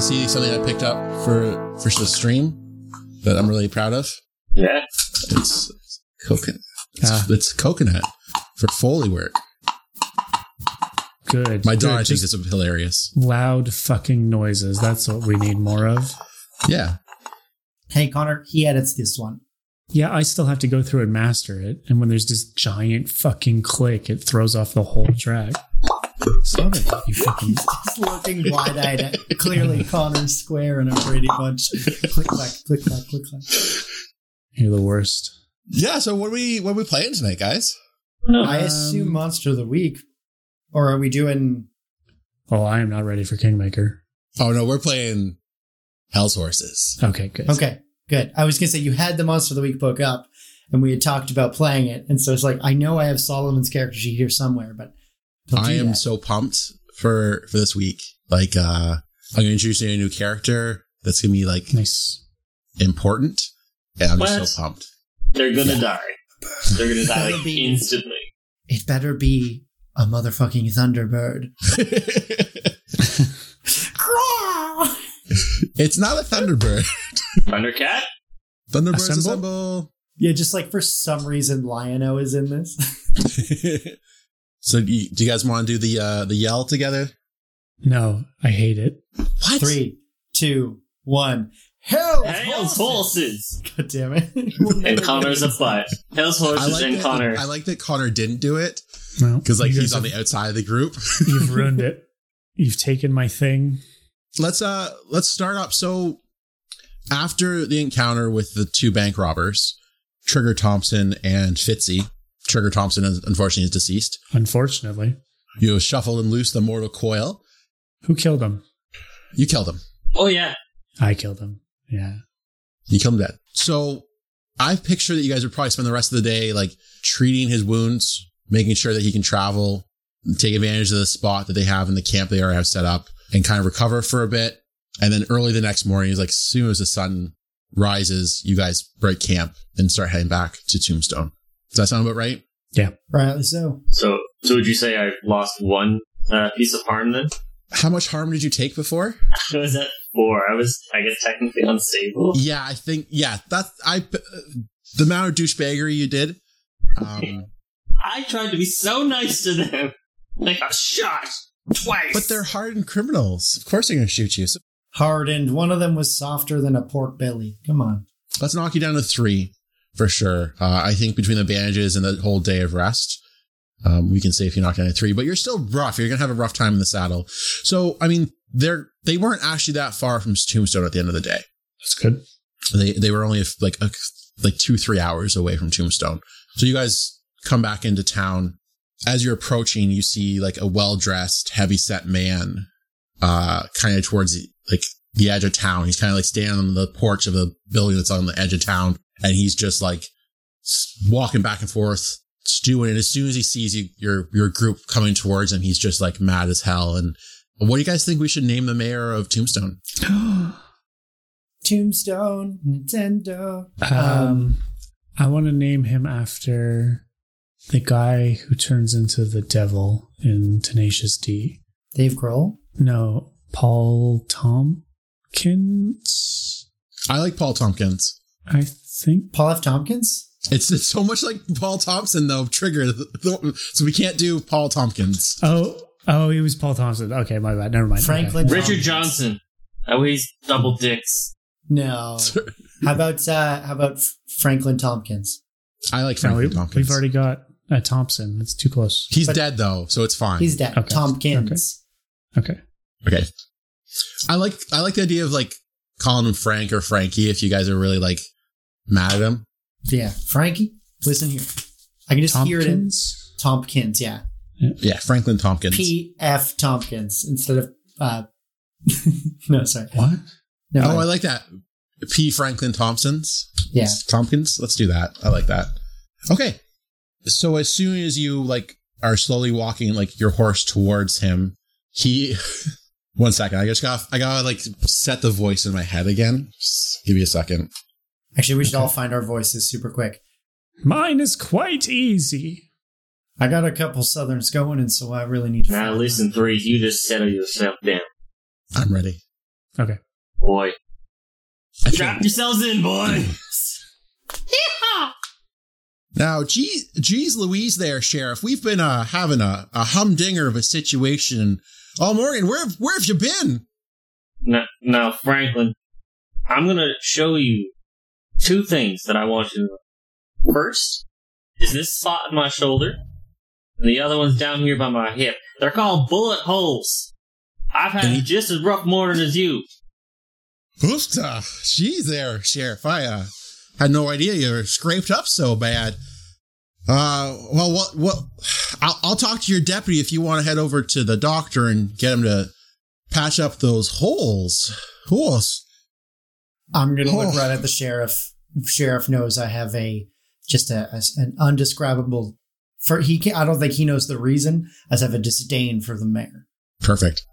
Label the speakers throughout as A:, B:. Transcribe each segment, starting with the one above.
A: see something I picked up for for the stream that I'm really proud of.
B: Yeah.
A: It's coconut. It's,
C: Ah.
A: it's coconut for Foley work.
C: Good.
A: My
C: Good.
A: daughter
C: Just
A: thinks it's hilarious.
C: loud fucking noises. That's what we need more of.
A: Yeah,
D: Hey, Connor, he edits this one.
C: Yeah, I still have to go through and master it. And when there's this giant fucking click, it throws off the whole track. Stop it, you fucking.
D: He's just looking wide eyed at clearly Connor's square and a Brady Bunch. Click, clack, click, clack, click, clack.
C: You're the worst.
A: yeah. So what are we what are we playing tonight, guys? Um,
D: I assume Monster of the Week. Or are we doing.
C: Oh, I am not ready for Kingmaker.
A: Oh no, we're playing Hell's Horses.
C: Okay, good.
D: Okay, good. I was going to say you had the Monster of the Week book up and we had talked about playing it. And so it's like, I know I have Solomon's character sheet here somewhere, but. don't do
A: I am
D: that.
A: so pumped for for this week. Like, uh I'm gonna introduce you to a new character that's gonna be like
C: Nice.
A: important. And I'm
B: What?
A: just so pumped.
B: They're gonna die. They're gonna die
D: That'll
B: like
D: be-
B: instantly.
D: It better be a motherfucking Thunderbird. Craw!
A: it's not a Thunderbird.
B: Thundercat?
A: Thunderbirds
C: Assemble?
A: assemble.
D: Yeah, just like for some reason, Lion-O is in this.
A: so, you, do you guys want to do the uh the yell together?
C: No, I hate it.
A: What?
D: Three, two, one. Hell,
B: Hell's horses!
D: God damn it.
B: And Connor's a butt. Hell's
A: I
B: horses
A: like,
B: and
A: that,
B: Connor.
A: I like that Connor didn't do it
C: No,
A: because like
C: you
A: he's
C: guys
A: on the outside of the group.
C: have- You've ruined it. You've taken my thing.
A: let's uh let's start up. So after the encounter with the two bank robbers, Trigger Thompson and Fitzy, Trigger Thompson un- unfortunately is deceased.
C: Unfortunately,
A: You shuffle and loose the mortal coil.
C: who killed him?
A: You kill them.
B: oh yeah.
C: I killed him. Yeah.
A: You kill him dead. So I picture that you guys would probably spend the rest of the day like treating his wounds, making sure that he can travel, and take advantage of the spot that they have in the camp they already have set up, and kind of recover for a bit. And then early the next morning, like as soon as the sun rises, you guys break camp and start heading back to Tombstone. Does that sound about right?
D: Rightly so.
B: So so would you say I've lost one uh, piece of harm then?
A: How much harm did you take before?
B: I was at four. I was I guess technically unstable.
A: Yeah, I think yeah. That's I. uh, The amount of douchebaggery you did. Um,
B: I tried to be so nice to them. They got shot twice.
A: But they're hardened criminals. Of course they're going to shoot you. So
D: Hardened. One of them was softer than a pork belly. Come on.
A: let's knock you down to three for sure. Uh, I think between the bandages and the whole day of rest, um, we can say if you knock down to three, but you're still rough. You're going to have a rough time in the saddle. So, I mean, they're, they weren't actually that far from Tombstone at the end of the day.
C: That's good.
A: They, they were only like, a, like two, three hours away from Tombstone. So you guys come back into town. As you're approaching, you see like a well-dressed, heavy-set man, uh, kind of towards the, like the edge of town. He's kind of like standing on the porch of a building that's on the edge of town, and he's just like s- walking back and forth, stewing. And as soon as he sees you, your your group coming towards him, he's just like mad as hell. And what do you guys think we should name the mayor of Tombstone?
D: Tombstone, Nintendo.
C: Um, I want to name him after the guy who turns into the devil in Tenacious D.
D: Dave Grohl.
C: No, Paul Tompkins.
A: I like Paul Tompkins.
C: I think.
D: Paul F. Tompkins?
A: It's, it's so much like Paul Thompson though. Trigger, so we can't do Paul Tompkins.
C: Oh, oh, it was Paul Thompson. Okay, my bad. Never mind.
D: Franklin.
B: Richard
D: Tompkins.
B: Johnson. Oh, he's double dicks.
D: No. how about uh how about F- Franklin Tompkins?
A: I like
C: Okay. No,
A: Franklin
C: we,
A: Tompkins.
C: have already got a Thompson. That's too close.
A: He's
D: but-
A: dead though, so it's fine.
D: He's dead.
C: Okay.
D: Tompkins.
C: Okay.
A: okay. I like I like the idea of like calling him Frank or Frankie if you guys are really like mad at him.
D: Yeah. Frankie, listen here. I can just hear it in
C: Tompkins.
D: Tompkins, yeah.
A: Yeah, Franklin Tompkins.
D: P. F. Tompkins instead of uh, no, sorry,
C: What?
D: no,
A: oh,
D: I-
A: I like that. P. Franklin Thompson's.
D: yeah.
A: Tompkins. Let's do that. I like that. Okay. So as soon as you like are slowly walking like your horse towards him, he one second. I just got I gotta like set the voice in my head again. Just give me a second.
D: Actually, we should all find our voices super quick.
C: Mine is quite easy.
D: I got a couple southerns going, and so I really need to.
B: Now
D: find
B: listen
D: mine.
B: three, you just settle yourself down.
A: I'm ready.
C: Okay.
B: Boy.
A: I
B: Strap
A: think.
B: yourselves in, boys. yeah.
A: Now, geez, geez Louise there, Sheriff. We've been uh, having a, a humdinger of a situation all morning. Where, have- where have you been?
B: No, no, Franklin. I'm gonna show you two things that I want you to know. First is this spot on my shoulder, and the other one's down here by my hip. They're called bullet holes. I've had
A: Mhm.
B: just as rough morning as you.
A: Oofta. Geez uh, there, Sheriff. I uh, had no idea you were scraped up so bad. Uh, well, what, what, I'll, I'll talk to your deputy if you want to head over to the doctor and get him to patch up those holes. Holes.
D: I'm gonna look
A: Oh.
D: right at the sheriff. Sheriff knows I have a just a, a- an undescribable. For he, can, I don't think he knows the reason. I just have a disdain for the mayor,
A: Perfect.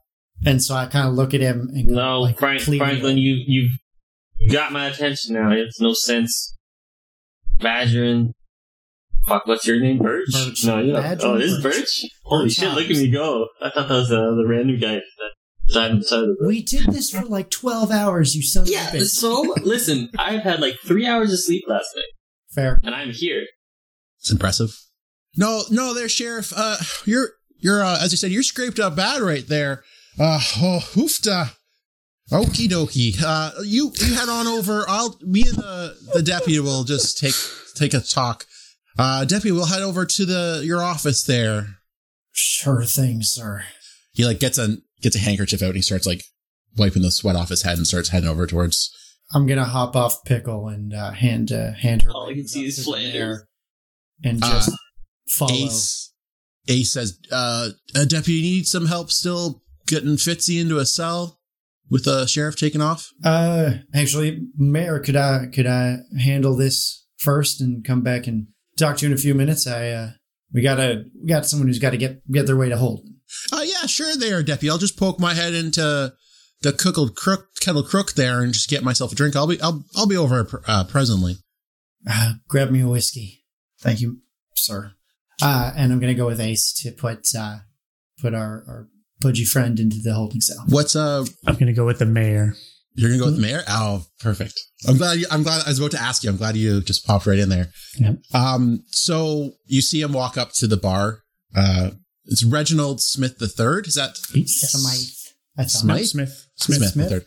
D: and so I kind of look at him and go,
B: No,
D: like,
B: Frank,
D: pleading.
B: Franklin, you you've got my attention now. It's no sense badgering. Fuck, what's your name? Birch.
D: Birch.
B: No, you
D: Badger
B: oh, this is
D: Birch.
B: Birch. Holy
D: Birch
B: shit! Look at
D: Hobbs.
B: me go. I thought that was uh, the random guy that side and side of the
D: We did this for like twelve hours. You son
B: Yeah,
D: of a bitch.
B: so listen, I've had like three hours of sleep last night,
D: Fair.
B: and I'm here.
A: It's impressive. No, no, there, Sheriff. Uh, you're you're uh, as you said, you're scraped up bad right there. Uh, oh, hoofta. Okie dokie. Uh, you you head on over. I'll me and the the deputy will just take take a talk. Uh, deputy, we'll head over to the your office there.
D: Sure thing, sir.
A: He like gets a gets a handkerchief out and he starts like wiping the sweat off his head and starts heading over towards.
D: I'm gonna hop off pickle and uh, hand uh, hand her.
B: All you can see
D: up
B: is
D: to the
B: Flanders.
D: mayor and
A: Uh,
D: just follow.
A: Ace. Ace says, uh, a deputy needs some help still getting Fitzy into a cell with the sheriff taking off.
D: Uh, actually, Mayor, could I could I handle this first and come back and talk to you in a few minutes? I uh, we gotta we got someone who's got to get get their way to hold.
A: Oh yeah, sure there, Deputy. I'll just poke my head into the cookled crook, kettle crook there and just get myself a drink. I'll be, I'll, I'll be over uh, presently.
D: Uh, grab me a whiskey, thank you, sir. Uh, and I'm gonna go with Ace to put uh, put our our pudgy friend into the holding cell.
A: What's uh?
C: I'm going to go with the mayor.
A: You're gonna go with the mayor? Oh, perfect. I'm glad. You, I'm glad. I was about to ask you. I'm glad you just popped right in there.
C: Yep.
A: Um. So you see him walk up to the bar. Uh, it's Reginald Smith the Third. Is that
D: Smythe, I thought.
A: Smythe?
C: No, Smith.
A: Smith, the
D: Smith?
A: Third?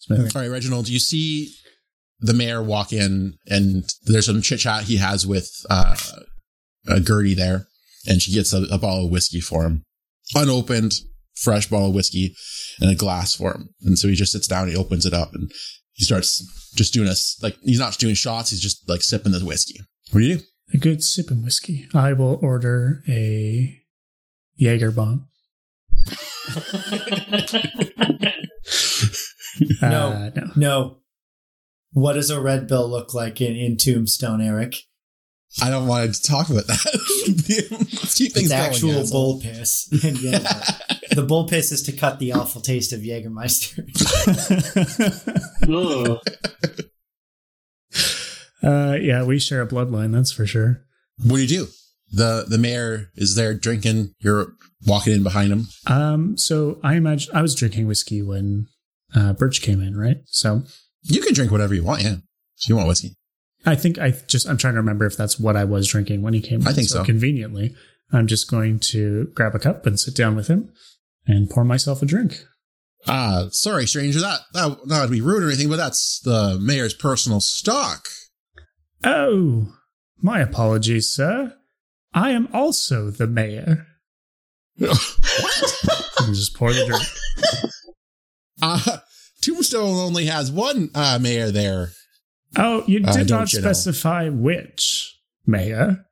A: Smith.
D: Okay.
A: All right, Reginald. You see the mayor walk in, and there's some chit chat he has with uh, uh, Gertie there, and she gets a, a bottle of whiskey for him, unopened, fresh bottle of whiskey, and a glass for him. And so he just sits down, he opens it up, and he starts just doing us like he's not doing shots, he's just like sipping this whiskey. What do you do?
C: A good sip of whiskey. I will order a Jaeger bomb.
D: No.
C: Uh, no.
D: No, what does a red bill look like in, in Tombstone, Eric?
A: I don't want to talk about that. Let's keep things
D: It's
A: going.
D: actual
A: asshole.
D: bull piss. And yeah, the bull piss is to cut the awful taste of Jägermeister.
B: Ugh.
C: uh, yeah, we share a bloodline, that's for sure.
A: What do you do? The the mayor is there drinking. You're walking in behind him.
C: Um, so I imagine I was drinking whiskey when uh, Birch came in, right? So
A: You can drink whatever you want. Yeah, if you want whiskey.
C: I think I just I'm trying to remember if that's what I was drinking when he came. in.
A: I think so.
C: Conveniently, I'm just going to grab a cup and sit down with him and pour myself a drink.
A: Ah, sorry, stranger. That that not to be rude or anything, but that's the mayor's personal stock.
C: Oh, my apologies, sir. I am also the mayor. And just pour the drink.
A: Uh, Tombstone only has one uh, mayor there.
C: Oh, you
A: Uh,
C: did
A: don't
C: not
A: you know.
C: specify which mayor.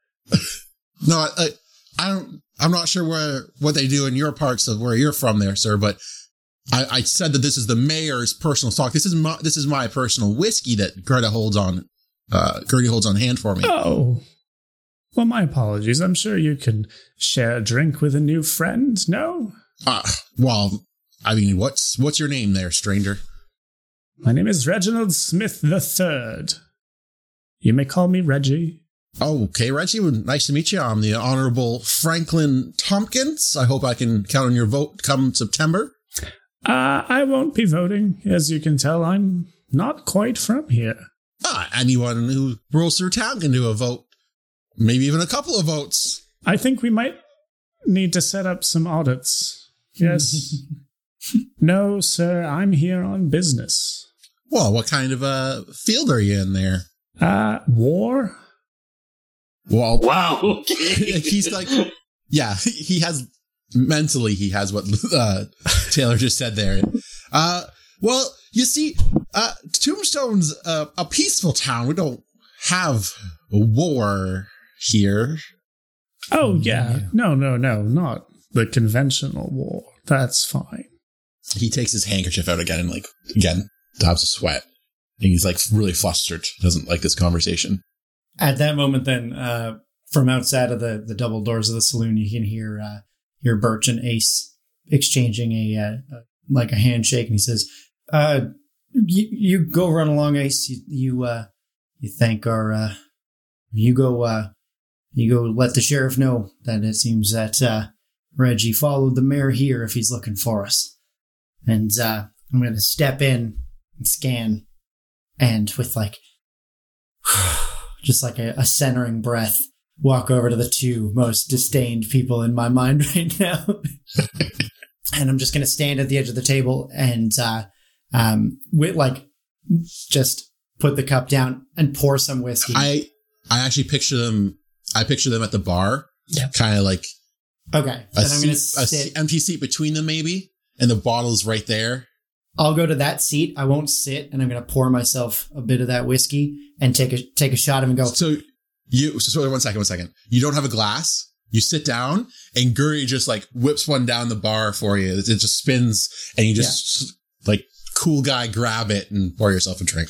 A: No, I, I don't. I'm not sure where what they do in your parts of where you're from, there, sir. But I, I said that this is the mayor's personal stock. This is my this is my personal whiskey that Greta holds on. Uh, Gertie holds on hand for me.
C: Oh. Well, my apologies. I'm sure you can share a drink with a new friend. No?
A: Uh, well, I mean, what's what's your name there, stranger?
C: My name is Reginald Smith the Third. You may call me Reggie.
A: Oh, okay, Reggie. well, Nice to meet you. I'm the Honorable Franklin Tompkins. I hope I can count on your vote come September.
C: Uh, I won't be voting. As you can tell, I'm not quite from here.
A: Ah, anyone who rolls through town can do a vote. Maybe even a couple of votes.
C: I think we might need to set up some audits.
A: Hmm.
C: Yes. no, sir, I'm here on business.
A: Well, what kind of a field are you in there?
C: Uh, war?
A: Well,
B: Wow. Okay.
A: He's like- yeah, he has mentally he has what uh, Taylor just said there. Uh, well, you see, uh, Tombstone's a, a peaceful town. We don't have war here.
C: Oh,
A: Hmm,
C: yeah.
D: Yeah.
C: No, no, no, not the conventional war. That's fine.
A: He takes his handkerchief out again and like again dabs a sweat. And he's like really flustered. Doesn't like this conversation.
D: At that moment, then, uh, from outside of the, the double doors of the saloon, you can hear uh, hear Birch and Ace exchanging a, uh, uh like a handshake, and he says, uh, "You you go run along, Ace. You you, uh, you thank our uh, you go uh, you go let the sheriff know that it seems that uh, Reggie followed the mayor here if he's looking for us, and uh, I'm gonna step in and scan, and with like." just like a, a centering breath, walk over to the two most disdained people in my mind right now. and I'm just going to stand at the edge of the table and, uh, um, with like, just put the cup down and pour some whiskey.
A: I I actually picture them. I picture them at the bar,
D: Yeah.
A: kind of like
D: okay.
A: a,
D: Then I'm going to
A: seat- a se-
D: sit.
A: empty seat between them, maybe, and the bottle's right there.
D: I'll go to that seat. I won't sit and I'm going to pour myself a bit of that whiskey and take a, take a shot of it and go,
A: So you, so sorry, one second, one second. You don't have a glass. You sit down, and Guri just like whips one down the bar for you. It it just spins, and you just like cool guy grab it and pour yourself a drink.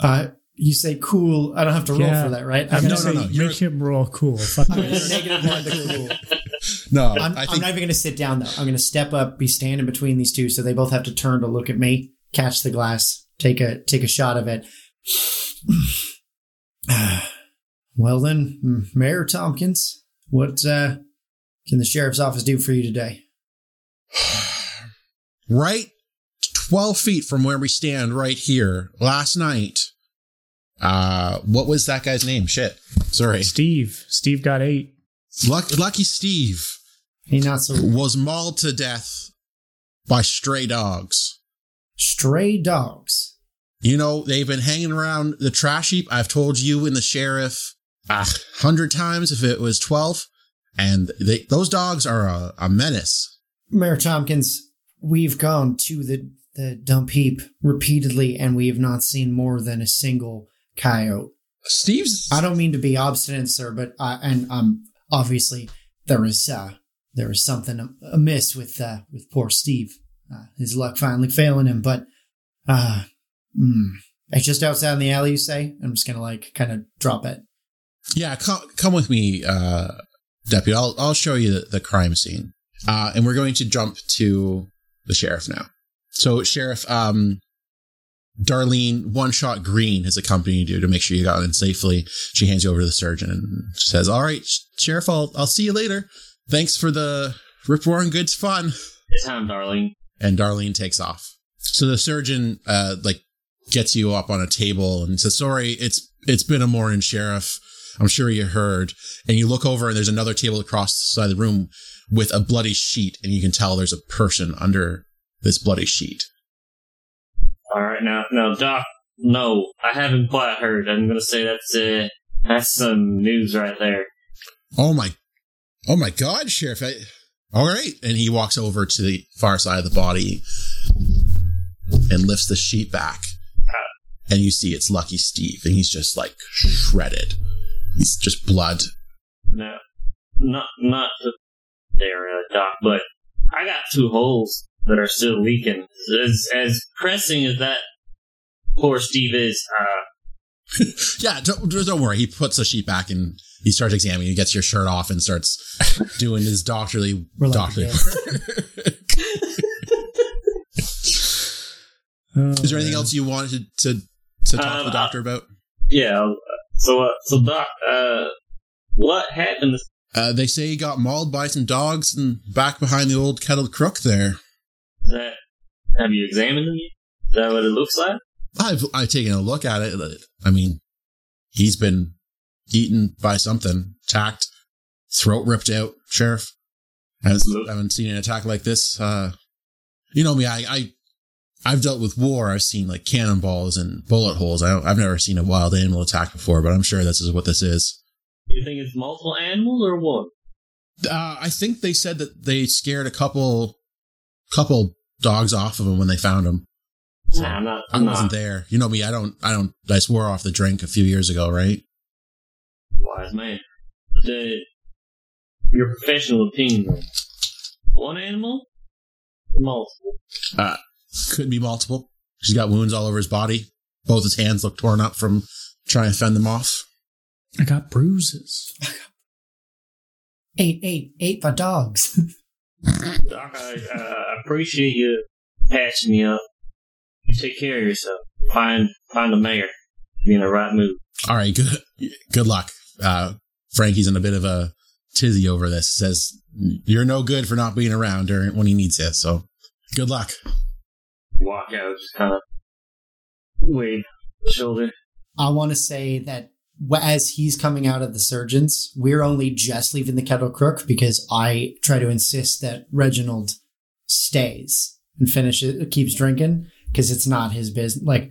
D: uh, you say cool. I don't have to roll
C: Yeah.
D: for that, right?
C: I'm
D: I'm,
A: no,
C: just
A: no,
C: saying,
A: no, you're-
C: make him roll cool. Fuck
D: I'm
C: this.
D: gonna negative one the cool.
A: No, i
D: I'm, I'm
A: think
D: not even going to sit down though. I'm going to step up, be standing between these two, so they both have to turn to look at me, catch the glass, take a take a shot of it. well then, M- Mayor Tompkins, what uh, can the sheriff's office do for you today?
A: right 12 feet from where we stand right here last night. Uh, what was that guy's name? Shit. Sorry.
C: Steve. Steve got eight.
A: Luck, Lucky Steve
D: He not so
A: was mauled to death by stray dogs.
D: stray dogs.
A: You know, they've been hanging around the trash heap. I've told you and the sheriff a hundred times if it was 12. And they, those dogs are a, a menace.
D: Mayor Tompkins, we've gone to the the dump heap repeatedly, and we have not seen more than a single coyote.
A: Steve's.
D: I don't mean to be obstinate, sir, but I, and um, obviously there is uh, there is something amiss with uh, with poor Steve. Uh, his luck finally failing him, but uh, mm, it's just outside in the alley. You say I'm just gonna like kind of drop it.
A: Yeah, come, come with me, uh, Deputy. I'll, I'll show you the, the crime scene. Uh, and we're going to jump to the sheriff now. So, Sheriff, um, Darlene One Shot Green has accompanied you to make sure you got in safely. She hands you over to the surgeon and says, All right, Sh- Sheriff, I'll, I'll see you later. Thanks for the rip roaring good fun
B: It's time, darling.
A: and Darlene takes off. So the surgeon uh like gets you up on a table and says, "Sorry, it's it's been a morning, sheriff. I'm sure you heard." And you look over and there's another table across the side of the room with a bloody sheet and you can tell there's a person under this bloody sheet.
B: All right, now, now, Doc. No, I haven't quite heard. I'm gonna say that's uh, that's some news right there.
A: "Oh my Oh my god, sheriff. I, all right." And he walks over to the far side of the body and lifts the sheet back. And you see it's Lucky Steve and he's just like shredded. He's just blood
B: No, not not to there, uh, Doc. But I got two holes that are still leaking. As as pressing as that poor Steve is, uh,
A: Yeah, don't, don't worry. He puts the sheet back and he starts examining. He gets your shirt off and starts doing his doctorly
D: We're like,
A: doctorly.
D: yeah.
A: work.
C: Oh,
A: Is there anything
C: man.
A: else you wanted to to talk to
B: Um,
A: the doctor about?
B: yeah. uh, So uh, so Doc, uh, what happened?
A: Uh, they say he got mauled by some dogs and back behind the old kettle crook there.
B: That Have you examined them yet? Is that what it looks like?
A: I've I've taken a look at it. I mean, he's been eaten by something, attacked, throat ripped out. Sheriff, I haven't, I haven't seen an attack like this. Uh, you know me, I, I I've dealt with war. I've seen like cannonballs and bullet holes. I don't, I've never seen a wild animal attack before, but I'm sure this is what this is.
B: You think it's multiple animals or one?
A: Uh, I think they said that they scared a couple couple dogs off of him when they found him.
B: Nah, I'm not. I'm
A: I wasn't
B: not.
A: there. You know me. I don't. I don't. I swore off the drink a few years ago, right?
B: Wise man. The, your professional opinion. One animal? Multiple.
A: Could be multiple. He's got wounds all over his body. Both his hands look torn up from trying to fend them off.
C: I got bruises.
D: Eight, eight, eight for dogs.
B: Doc, I uh, appreciate you patching me up. You take care of yourself. Find find the mayor. Be in the right mood.
A: All right. Good. Good luck. Uh, Frankie's in a bit of a tizzy over this. Says you're no good for not being around during when he needs you. So good luck.
B: Walk out, just kind of wave shoulder.
D: I want to say that wh- as he's coming out of the surgeons, we're only just leaving the kettle crook because I try to insist that Reginald stays and finishes, keeps drinking because it's not his business. Like,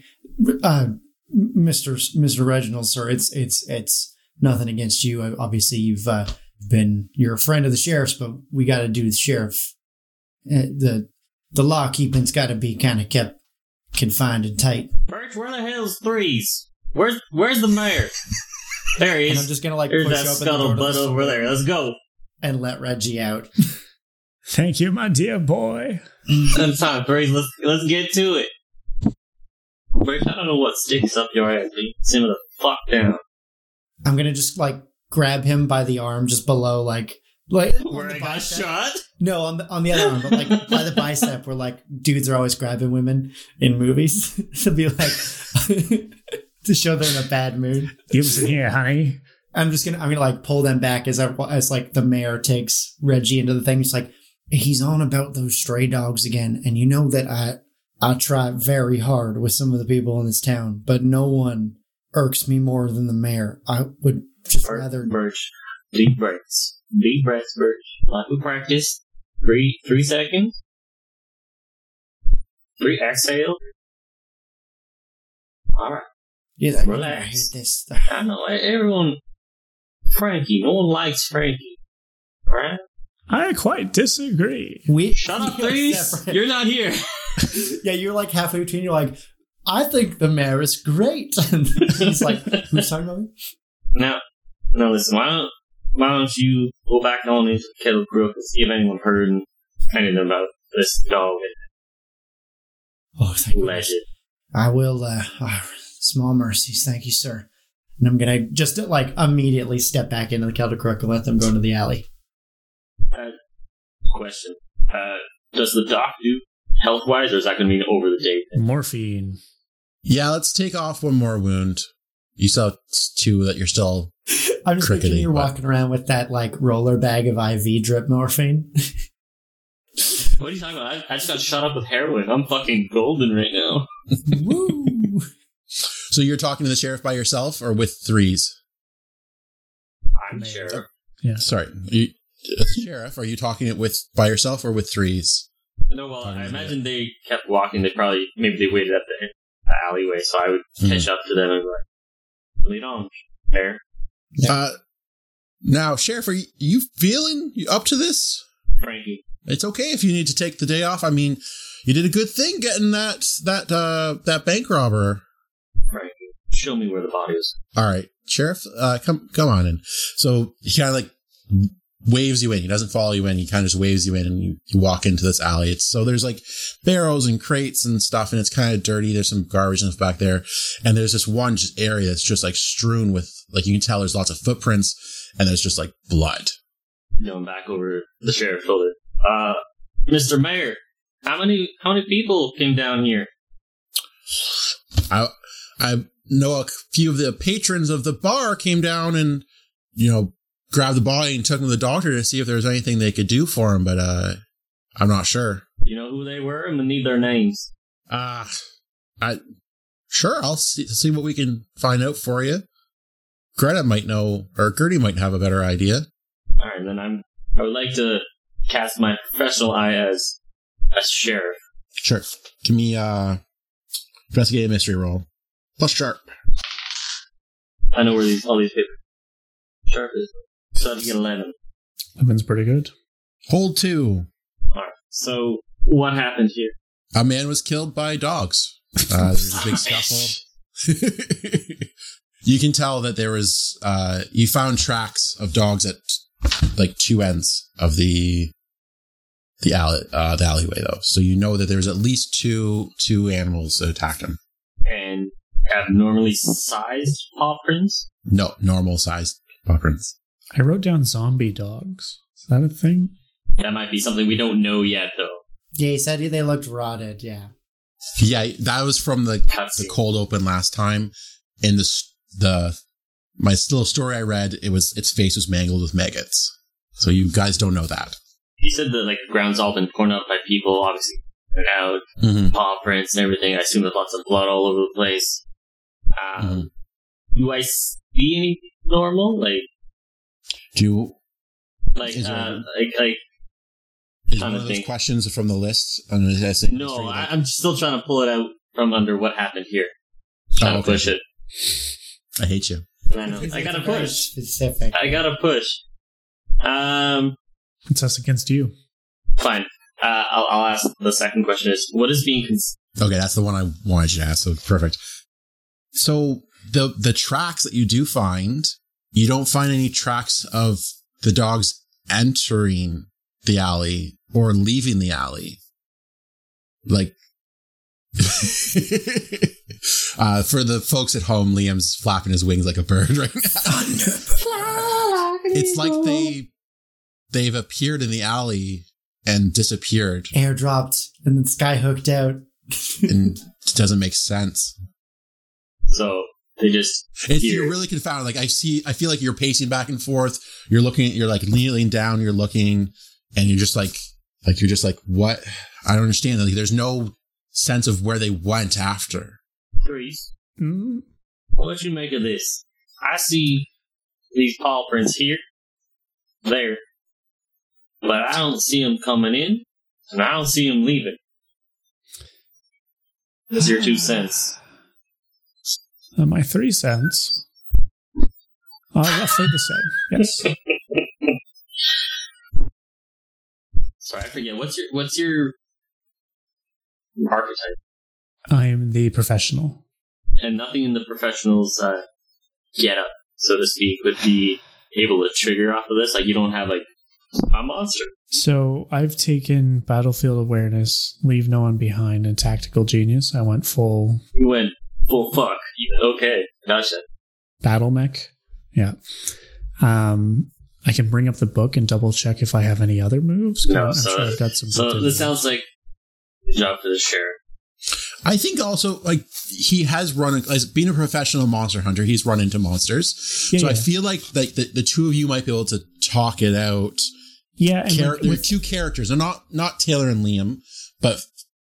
D: uh, Mr. S- Mr. Reginald, sir, it's it's it's nothing against you. Uh, Obviously, you've uh, been you're a friend of the sheriff's, but we got to do the sheriff. Uh, the the law keeping's got to be kind of kept confined and tight.
B: Birch, where the hell's threes? Where's where's the mayor? There he
D: And I'm
B: is.
D: just gonna like
B: There's
D: push
B: that
D: up and go to the
B: scuttlebutt over there. Let's go.
D: and let Reggie out.
C: Thank you, my dear boy.
B: Good time, threes. Let's let's get to it. Birch, I don't know what sticks up your ass, but you simmer the fuck down.
D: I'm gonna just like grab him by the arm just below, like like on
B: Where
D: the
B: I got
D: bicep.
B: shot.
D: No, on the on the other arm, but like by the bicep, where like dudes are always grabbing women in movies to be like to show they're in a bad mood.
C: Give us in here, honey.
D: I'm just gonna I'm gonna like pull them back as I as like the mayor takes Reggie into the thing. He's like, he's on about those stray dogs again, and you know that I I try very hard with some of the people in this town, but no one irks me more than the mayor. I would just
B: Bir-
D: rather
B: Birch. Deep breaths. Deep breaths, Birch. Like we practiced. Three three seconds. Three exhale. Alright.
D: yeah, I, I hate
B: Relax.
D: this.
B: I know e- everyone Frankie. No one likes Frankie. Alright?
C: I quite disagree.
D: We
B: Shut up, threes. You're not here.
D: yeah, you're like halfway between. You're like, I think the mayor is great, and he's like, who's talking about me?
B: Now now listen, why don't why don't you go back on into the kettle brook and see if anyone heard anything about this dog
D: Oh, thank you.
B: legend.
D: I will, uh, ah, small mercies. Thank you, sir. And I'm gonna just like immediately step back into the Celtic Crook and let them go into the alley.
B: Question. Uh does the doc do health wise or is that gonna mean over the day
C: Morphine.
A: Yeah, let's take off one more wound. You saw two that you're still.
D: I'm just
A: Crickety,
D: thinking you're
A: but-
D: walking around with that like roller bag of IV drip morphine.
B: What are you talking about? I, I just got shot up with heroin. I'm fucking golden right now.
D: Woo!
A: So you're talking to the sheriff by yourself or with threes?
B: I'm sure.
C: Yes.
A: Sorry, you, uh, sheriff. Are you talking it with by yourself or with threes?
B: No, well, I imagine they kept walking. They probably, maybe they waited at the alleyway, so I would catch up to them and be like, lead on, there.
A: Uh, now, sheriff, are you, you feeling you up to this?
B: Frankie.
A: It's okay if you need to take the day off. I mean, you did a good thing getting that that uh, that bank robber.
B: Show me where the body is.
A: All right, sheriff, uh, come come on in. So he kind of like waves you in. He doesn't follow you in. He kind of just waves you in, and you, you walk into this alley. It's so there's like barrels and crates and stuff, and it's kind of dirty. There's some garbage and stuff back there, and there's this one just area that's just like strewn with like you can tell there's lots of footprints, and there's just like blood.
B: Going back over the sheriff's shoulder. Uh, Mr. Mayor, how many how many people came down here?
A: I I know a few of the patrons of the bar came down and you know grabbed the body and took him to the doctor to see if there was anything they could do for him, but uh, I'm not sure.
B: You know who they were? I'm gonna need their names.
A: Uh, I sure I'll see, see what we can find out for you. Greta might know, or Gertie might have a better idea.
B: All right, then I'm. I would like to cast my professional eye as as sheriff.
A: Sure. Give me uh, investigate a mystery roll plus sharp.
B: I know where these all these people. Sharp is. So I have to get eleven.
C: Evan's pretty good.
A: Hold two.
B: All right. So what happened here?
A: A man was killed by dogs. Uh, there's a big scuffle. you can tell that there was. Uh, you found tracks of dogs at like two ends of the the alley uh, the alleyway though, so you know that there's at least two two animals that attacked him.
B: And abnormally sized paw prints.
A: No, normal sized paw prints.
C: I wrote down zombie dogs. Is that a thing?
B: That might be something we don't know yet, though.
D: Yeah, he said they looked rotted. Yeah.
A: Yeah, that was from the the
B: Patsy.
A: cold open last time. In the s- the my little story I read, it was its face was mangled with maggots. So you guys don't know that.
B: You said that like the ground's all been torn up by people, obviously. And out
A: Mm-hmm.
B: paw prints and everything. I assume there's lots of blood all over the place. Um,
A: Mm-hmm.
B: Do I see anything normal? Like,
A: Do you,
B: like,
A: Is there-
B: uh, like, like?
A: is one
B: Trying to
A: of those
B: think.
A: questions from the list? on the essay history,
B: No, I,
A: like-
B: I'm still trying to pull it out from under what happened here.
A: Oh,
B: Trying
A: okay.
B: to push it.
A: I hate you.
B: I know. I gotta
D: Very
B: push.
D: Specific.
B: I gotta push. Um,
C: It's us against you.
B: fine. Uh, I'll, I'll ask the second question: Is what is being cons-
A: Okay, that's the one I wanted you to ask. So perfect. So the the tracks that you do find, you don't find any tracks of the dogs entering the alley or leaving the alley. Like uh, for the folks at home, Liam's flapping his wings like a bird right now. it's like they they've appeared in the alley and disappeared
D: Airdropped and then sky hooked out.
A: and it doesn't make sense.
B: So they just
A: It's,
B: here.
A: you're really confounded. Like I see, I feel like you're pacing back and forth. You're looking, you're like kneeling down, you're looking, and you're just like, like you're just like, what? I don't understand. Like there's no sense of where they went after.
B: Grease.
C: Mm,
B: What you make of this? I see these paw prints here, there, but I don't see them coming in, and I don't see them leaving. That's your two cents.
C: Uh, my three cents are roughly the same. Yes.
B: Sorry, I forget. What's your what's your archetype?
C: I am the professional.
B: And nothing in the professionals uh, get up, so to speak, would be able to trigger off of this. Like you don't have like a monster.
C: So I've taken battlefield awareness, leave no one behind, and tactical genius. I went full
B: You went full fuck. You- Okay, gotcha.
C: battle mech. Yeah. Um, I can bring up the book and double check if I have any other moves. 'cause
B: No,
C: I'm, I'm
B: so-
C: sure I've got some.
B: So
C: good
B: this sounds like good job for the sheriff.
A: I think also like he has run as being a professional monster hunter, he's run into monsters.
C: Yeah,
A: so I
C: yeah.
A: feel like like the, the two of you might be able to talk it out.
C: yeah, and
A: Char-
C: with-
A: there are
C: with-
A: two characters, and not not Taylor and Liam, but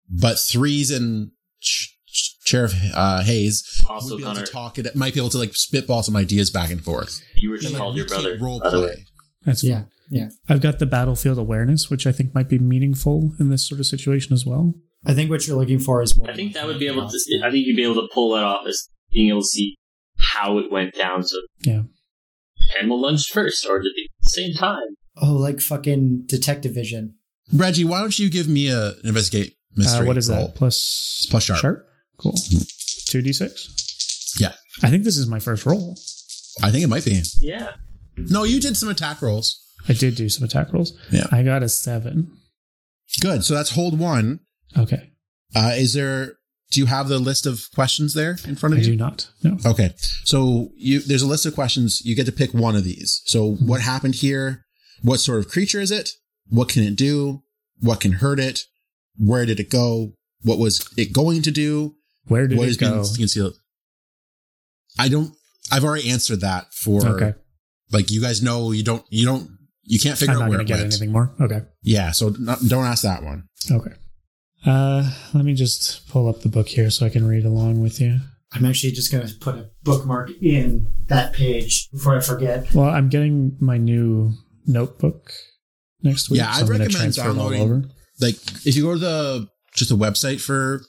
A: but threes and Sh- Sh- Sheriff uh, Hayes.
B: Also,
A: would be
B: Connor,
A: able to talk it might be able to like spitball some ideas back and forth.
B: you were just
A: Like,
B: called
A: you
B: your brother.
A: can't Role
B: By the way,
A: play.
C: that's
D: Yeah.
C: I've got the battlefield awareness, which I think might be meaningful in this sort of situation as well.
D: I think what you're looking for is. more-
B: I think that would be able to. I think you'd be able to pull that off as being able to see how it went down. So
C: Yeah.
B: animal lunch first, or did they at the same time?
D: Oh, like fucking detective vision.
A: Reggie, why don't you give me a an investigate mystery?
C: Uh, what is
A: roll?
C: that? Plus
A: Plus sharp. Mm-hmm.
C: Cool. Two d six.
A: Yeah.
C: I think this is my first roll.
A: I think it might be.
B: Yeah.
A: No, you did some attack rolls.
C: I did do some attack rolls.
A: Yeah.
C: I got a seven.
A: Good. So that's hold one.
C: Okay.
A: Uh, is there? Do you have the list of questions there in front
C: I
A: of you?
C: do not. No.
A: Okay. So you there's a list of questions. You get to pick one of these. So
C: Mm-hmm.
A: what happened here? What sort of creature is it? What can it do? What can hurt it? Where did it go? What was it going to do?
C: Where did
A: What
C: it
A: is
C: go?
A: being concealed? I don't. I've already answered that for
C: Okay.
A: like you guys know you don't you don't you can't figure
C: I'm
A: out
C: not
A: where
C: going to
A: it
C: get
A: went.
C: anything more. Okay.
A: Yeah, so not, don't ask that one.
C: Okay. Uh, let me just pull up the book here so I can read along with you.
D: I'm actually just going to put a bookmark in that page before I forget.
C: Well, I'm getting my new notebook next week.
A: Yeah, I'd
C: I'm gonna
A: recommend
C: transfer it all
A: downloading-
C: over.
A: Like if you go to the just the website for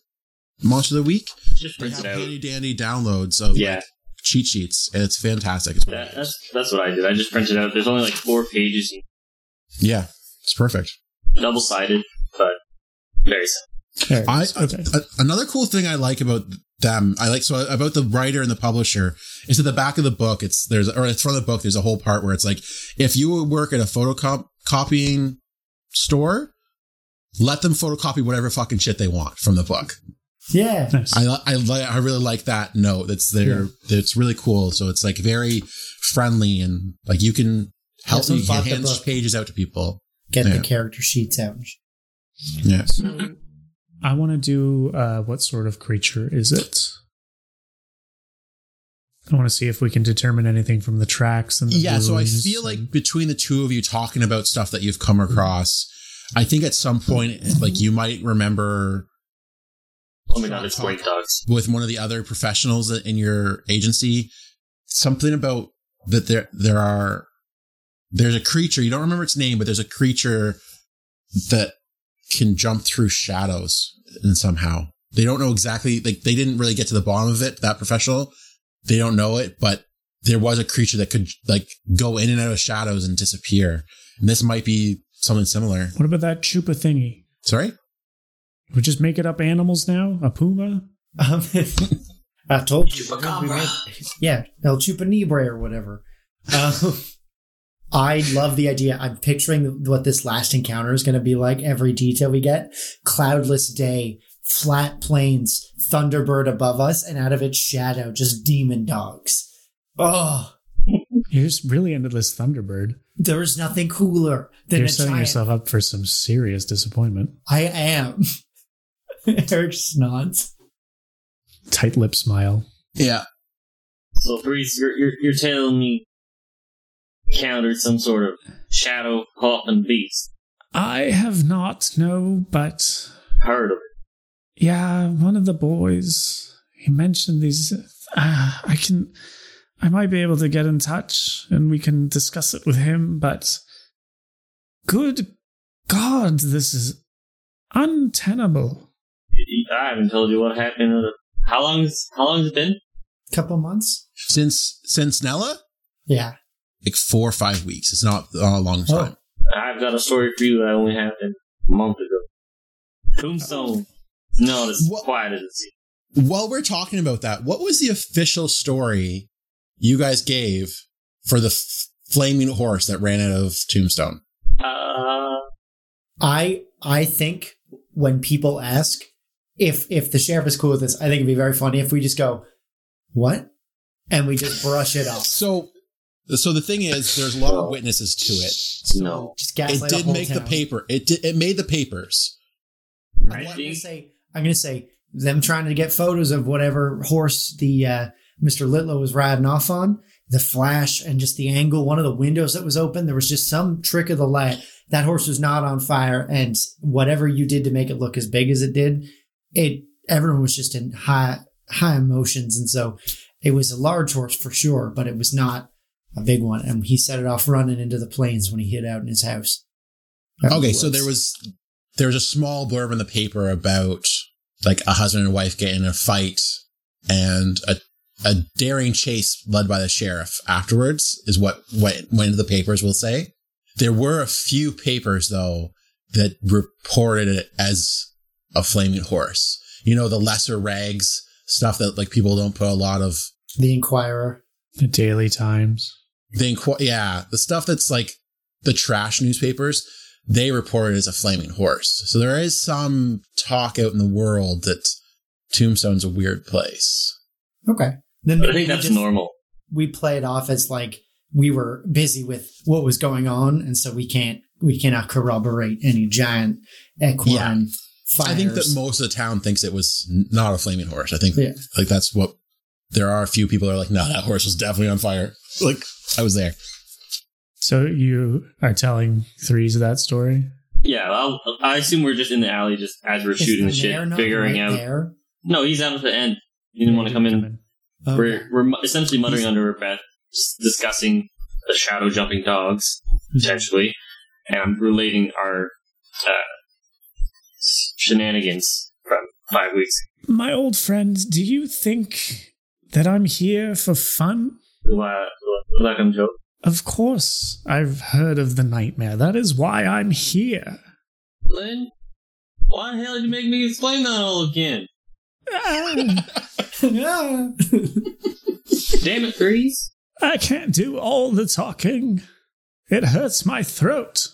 A: Monster of the Week,
B: Just
A: they
B: print
A: have
B: it out.
A: handy dandy downloads of
B: Yeah,
A: like, cheat sheets, and it's fantastic. It's
B: that, that's that's what I did. I just printed out. There's only like four pages,
A: yeah, it's perfect.
B: double sided, but very simple.
C: There it
A: I,
C: is. okay.
A: a- another cool thing I like about them, I like so about the writer and the publisher is at the back of the book. It's there's or it's from the book. There's a whole part where it's like if you work at a photocopying store, let them photocopy whatever fucking shit they want from the book.
D: Yeah.
C: nice.
A: I li- I li- I really like that note. That's there. That's really cool. So it's like very friendly and like you can help
D: Yes, we
A: them
D: bought the
A: hand
D: book.
A: pages out to people.
D: Get
A: Yeah.
D: the character sheets out.
A: Yeah.
C: So, I want to do uh, what sort of creature is it? I want to see if we can determine anything from the tracks and the
A: yeah so i
C: ruins
A: feel like
C: and-
A: between the two of you talking about stuff that you've come across i think at some point like you might remember
B: Oh my god, it's great dogs.
A: with one of the other professionals in your agency something about that there there are there's a creature you don't remember its name but there's a creature that can jump through shadows and somehow they don't know exactly like they didn't really get to the bottom of it that professional they don't know it but there was a creature that could like go in and out of shadows and disappear and this might be something similar
C: what about that chupa thingy?
A: sorry
C: We just make it up animals now? A puma?
D: Um, I told you.
B: Chupacabra.
D: we made- yeah, El Chupanibre or whatever. Um, I love the idea. I'm picturing what this last encounter is going to be like. Every detail we get, cloudless day, flat plains, thunderbird above us, and out of its shadow, just demon dogs. Oh,
C: You just really into this Thunderbird.
D: there is nothing cooler than
C: You're
D: a
C: setting
D: giant.
C: yourself up for some serious disappointment.
D: I am. Eric snods.
C: Tight lip smile.
A: yeah
B: So, Breeze, you're, you're, you're telling me you encountered some sort of shadow hopping beast.
C: I have not, no, but
B: Heard of it.
C: yeah, one of the boys he mentioned these. Uh, I can, I might be able to get in touch and we can discuss it with him. But good God, this is untenable.
B: I haven't told you what happened. How long's how long's it been?
D: Couple months.
A: since since nella
D: Yeah.
A: like four or five weeks it's not a long time
B: I've got a story for you that only happened a month ago. Tombstone. No, it's
A: What-
B: quiet as it seems.
A: while we're talking about that, what was the official story you guys gave for the f- flaming horse that ran out of Tombstone?
B: Uh,
D: I I think when people ask if if the sheriff is cool with this, I think it'd be very funny if we just go, "What?" and we just brush it off.
A: So, so the thing is, there's a lot of witnesses to it.
B: no.
D: Just
A: It
D: gaslight the
A: did
D: whole
A: make the
D: town.
A: paper. It did, it made the papers.
D: I'm
B: I
D: gonna
B: think-
D: say I'm gonna say them trying to get photos of whatever horse the uh, Mr. Litlow was riding off on. The flash and just the angle, one of the windows that was open, there was just some trick of the light. That horse was not on fire, and whatever you did to make it look as big as it did, it everyone was just in high high emotions, and so it was a large horse for sure, but it was not a big one. And he set it off running into the plains when he hid out in his house. That
A: Okay,
D: was
A: so there was there was a small blurb in the paper about like a husband and wife getting in a fight and a a daring chase led by the sheriff afterwards is what went went into the papers we'll say. There were a few papers though that reported it as a flaming horse. You know, the lesser rags stuff that like people don't put a lot of
D: the Inquirer.
C: The Daily Times.
A: the inqu- yeah the stuff that's like the trash newspapers they report it as a flaming horse so there is some talk out in the world that tombstone's a weird place
D: Okay. Then
B: But I
D: we
B: think that's
D: just-
B: normal.
D: We play it off as like we were busy with what was going on, and so we can't we cannot corroborate any giant equine
A: Yeah.
D: fires.
A: i think that most of the town thinks it was n- not a flaming horse i think
D: Yeah.
A: like that's what there are a few people that are like no that horse was definitely on fire like i was there
C: So you are telling threes that story?
B: Yeah, I'll, I assume we're just in the alley just as we're
D: Is
B: shooting
D: the
B: the
D: mayor
B: shit,
D: not
B: figuring
D: right
B: out.
D: There?
B: No, he's out at the end. He didn't want to come in.
D: Okay.
B: We're, we're mu- essentially muttering
D: He's-
B: under our breath, just discussing the shadow jumping dogs, potentially, and relating our uh, s- shenanigans from five weeks
C: My old friend, do you think that I'm here for fun?
B: ago. Welcome, Joe.
C: Of course, I've heard of the nightmare. That is why I'm here.
B: Lynn, why the hell did you make me explain that all again?
C: Ah,
D: yeah.
B: Damn it, Threes.
C: I can't do all the talking. It hurts my throat.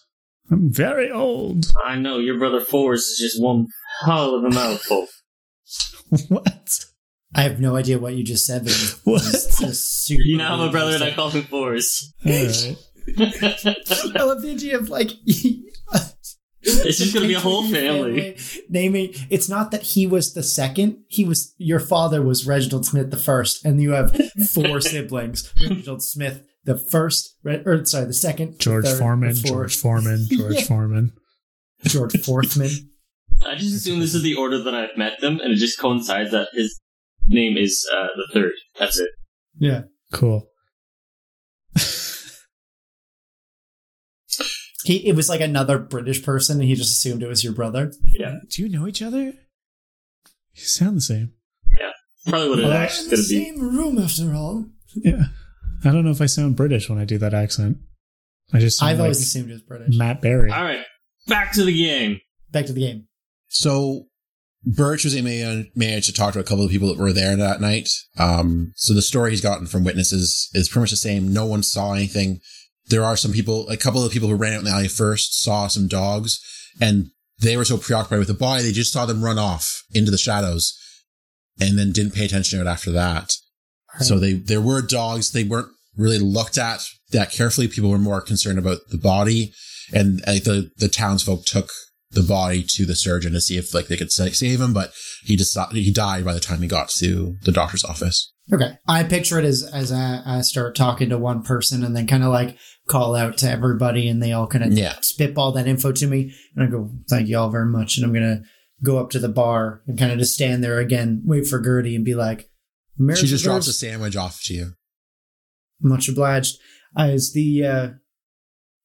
C: I'm very old.
B: I know, your brother Forrest is just one hell of a mouthful.
C: What?
D: I have no idea what you just said, but it
C: What?
D: was just super
B: You now have a brother and I call him Forrest.
C: All right.
D: I love the idea of like
B: It's just gonna be a whole family.
D: Naming it's not that he was the second. He was your father was Reginald Smith the first, and you have four siblings: Reginald Smith the first, Re- or sorry, the second,
C: George
D: the third,
C: Foreman,
D: the
C: George
D: fourth,
C: Foreman, George Foreman.
D: George Fourthman.
B: I just assume this is the order that I've met them, and it just coincides that his name is uh, the third. That's it.
D: Yeah,
C: Cool.
D: he it was like another British person, and he just assumed it was your brother.
B: Yeah.
C: Do you know each other? You sound the same.
B: Probably what it
D: We're
B: actually gonna be.
D: room after all.
C: Yeah. I don't know if I sound British when I do that accent. I just sound
D: I've
C: like
D: always assumed it was British.
C: Matt Berry.
B: Alright, back to the game.
D: Back to the game.
A: So Birch was able to manage to talk to a couple of people that were there that night. Um, so the story he's gotten from witnesses is pretty much the same. No one saw anything. There are some people, a couple of people who ran out in the alley first saw some dogs and they were so preoccupied with the body. They just saw them run off into the shadows and then didn't pay attention to it after that. So they, there were dogs. They weren't really looked at that carefully. People were more concerned about the body and like the, the townsfolk took the body to the surgeon to see if like they could sa- save him, but he decided he died by the time he got to the doctor's office.
D: Okay, I picture it as as I, I start talking to one person and then kind of like call out to everybody, and they all kind of
A: Yeah.
D: spitball that info to me, and I go, "Thank you all very much," and I'm gonna go up to the bar and kind of just stand there again, wait for Gertie, and be like,
A: She just drops a
D: us.
A: sandwich off to you.
D: Much obliged. Uh, is the uh,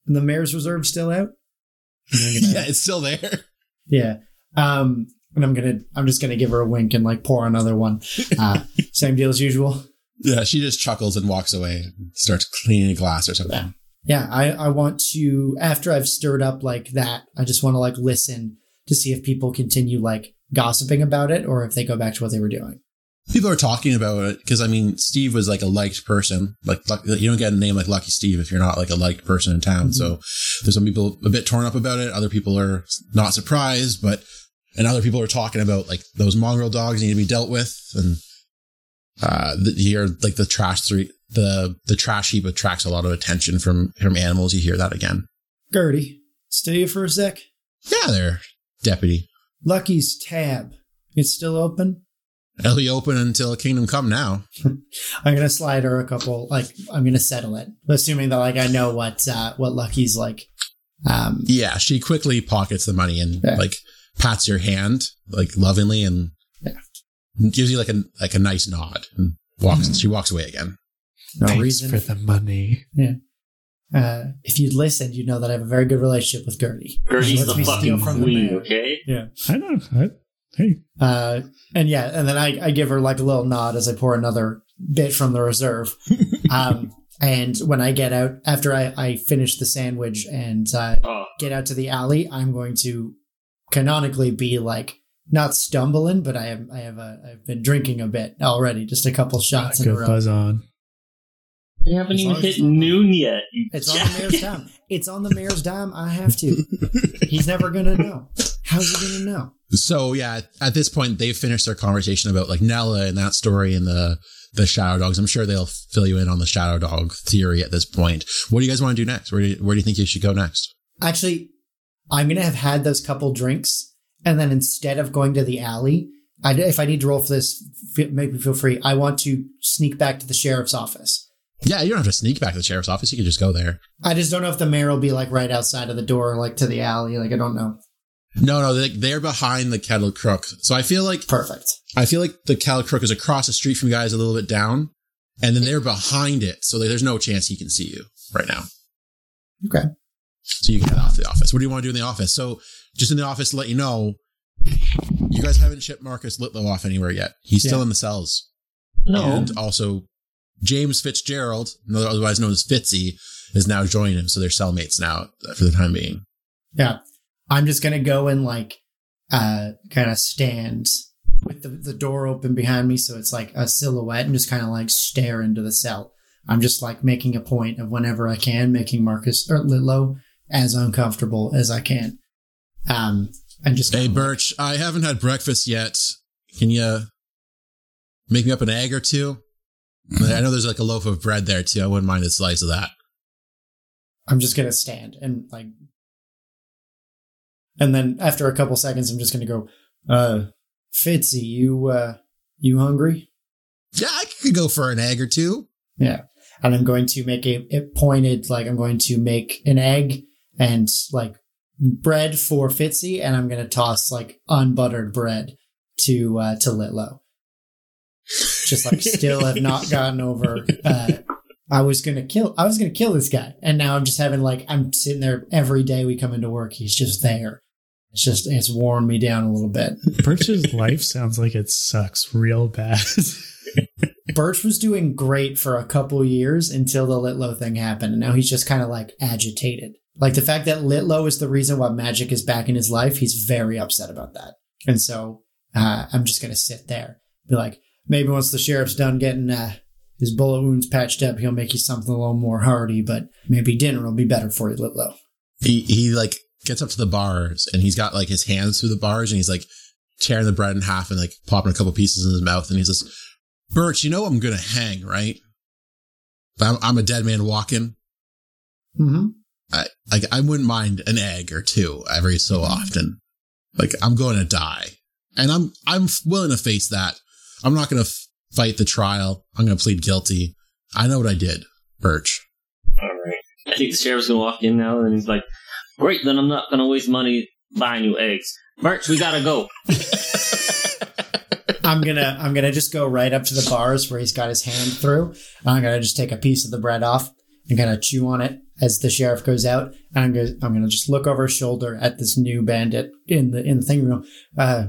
D: the mayor's reserve still out? And I'm gonna-
A: Yeah, it's still there.
D: Yeah. Um, and I'm gonna I'm just gonna give her a wink and like pour another one. Uh, same deal as usual.
A: Yeah, she just chuckles and walks away and starts cleaning a glass or something.
D: Yeah, I, I want to after I've stirred up like that, I just want to like listen to see if people continue like gossiping about it or if they go back to what they were doing.
A: People are talking about it because I mean, Steve was like a liked person. Like, luck- you don't get a name like Lucky Steve if you're not like a liked person in town.
D: Mhm.
A: So there's some people a bit torn up about it. Other people are not surprised, but and other people are talking about like those mongrel dogs need to be dealt with, and uh, the, you hear like the trash three the the trash heap attracts a lot of attention from from animals. You hear that again?
D: Gertie, stay here for a sec.
A: Yeah, there, deputy.
D: Lucky's tab. It's still open.
A: It'll be open until Kingdom Come now.
D: I'm gonna slide her a couple like I'm gonna settle it. Assuming that like I know what uh what Lucky's like um
A: Yeah, she quickly pockets the money and
D: Yeah.
A: like pats your hand like lovingly and
D: Yeah. Mm-hmm.
A: gives you like a like a nice nod and walks. She walks away again.
D: no
C: Thanks
D: reason
C: for the money.
D: uh, if you'd listened, you'd know that I have a very good relationship with Gertie.
B: Gertie's
D: Let
B: the
D: me steal
B: fucking
D: from the
B: queen,
D: mayor.
B: okay?
C: I know. I, hey,
D: Uh, and yeah, and then I, I give her like a little nod as I pour another bit from the reserve. um, and when I get out, after I, I finish the sandwich and uh,
B: Oh,
D: get out to the alley, I'm going to canonically be like, not stumbling, but I have I have a, I've been drinking a bit already, just a couple shots in a
C: go
D: row.
C: buzz on.
B: you haven't
D: As
B: even
D: long as
B: hit
D: it's not-
B: noon yet. You
D: It's on the mayor's dime. It's on the mayor's dime. I have to. He's never gonna know. How's he gonna know?
A: So yeah, at this point they've finished their conversation about like Nella and that story and the the shadow dogs. I'm sure they'll fill you in on the shadow dog theory at this point. What do you guys want to do next? Where do you, where do you think you should go next?
D: Actually, I'm gonna have had those couple drinks, and then instead of going to the alley, I, if I need to roll for this, fe- make me feel free. I want to sneak back to the sheriff's office
A: Yeah, you don't have to sneak back to the sheriff's office. You can just go there.
D: I just don't know if the mayor will be like right outside of the door, like to the alley. Like I don't know.
A: No, no, they, they're behind the Kettle Crook. So I feel like
D: Perfect.
A: I feel like the Kettle Crook is across the street from you guys, a little bit down, and then they're behind it. So there's no chance he can see you right now.
D: Okay.
A: So you can head off to the office. What do you want to do in the office? So just in the office to let you know, you guys haven't shipped Marcus Litlow off anywhere yet. He's still
D: Yeah.
A: in the cells.
B: No.
A: And also James Fitzgerald, otherwise known as Fitzy, is now joining him. So they're cellmates now uh, for the time being.
D: Yeah. I'm just gonna go and like uh kind of stand with the, the door open behind me so it's like a silhouette and just kind of like stare into the cell. I'm just like making a point of whenever I can, making Marcus or Litlow as uncomfortable as I can. Um and just
A: Hey,
D: kinda-
A: Birch, I haven't had breakfast yet. Can you make me up an egg or two? I know there's like a loaf of bread there too. I wouldn't mind a slice of that.
D: I'm just gonna stand and like and then after a couple seconds I'm just gonna go, uh Fitzy, you uh you hungry?
A: Yeah, I could go for an egg or two.
D: and I'm going to make a it pointed like I'm going to make an egg and like bread for Fitzy, and I'm going to toss like unbuttered bread to uh, to Litlow. Just like still have not gotten over. Uh, I was gonna kill. I was gonna kill this guy, and now I'm just having like I'm sitting there every day we come into work. He's just there. It's just it's worn me down a little bit.
C: Birch's life sounds like it sucks real bad.
D: Birch was doing great for a couple years until the Litlow thing happened, and now he's just kind of like agitated. Like the fact that Litlow is the reason why magic is back in his life, he's very upset about that. And so uh, I'm just gonna sit there, be like, maybe once the sheriff's done getting uh, his bullet wounds patched up, he'll make you something a little more hardy. But maybe dinner will be better for you, Litlow.
A: He he like gets up to the bars and he's got like his hands through the bars and he's like tearing the bread in half and like popping a couple pieces in his mouth and he says, "Birch, you know I'm gonna hang, right? I'm, I'm a dead man walking.
D: Mm-hmm.
A: I like I wouldn't mind an egg or two every so
D: Mm-hmm.
A: often. Like I'm going to die, and I'm I'm willing to face that. I'm not going to f- fight the trial. I'm going to plead guilty. I know what I did, Birch.
B: Alright. I think the sheriff's gonna walk in now and he's like, Great, then I'm not gonna waste money buying you eggs. Birch, we gotta go.
D: I'm gonna I'm gonna just go right up to the bars where he's got his hand through. And I'm gonna just take a piece of the bread off and kind of chew on it as the sheriff goes out. And I'm gonna I'm gonna just look over his shoulder at this new bandit in the in the thing room. Uh,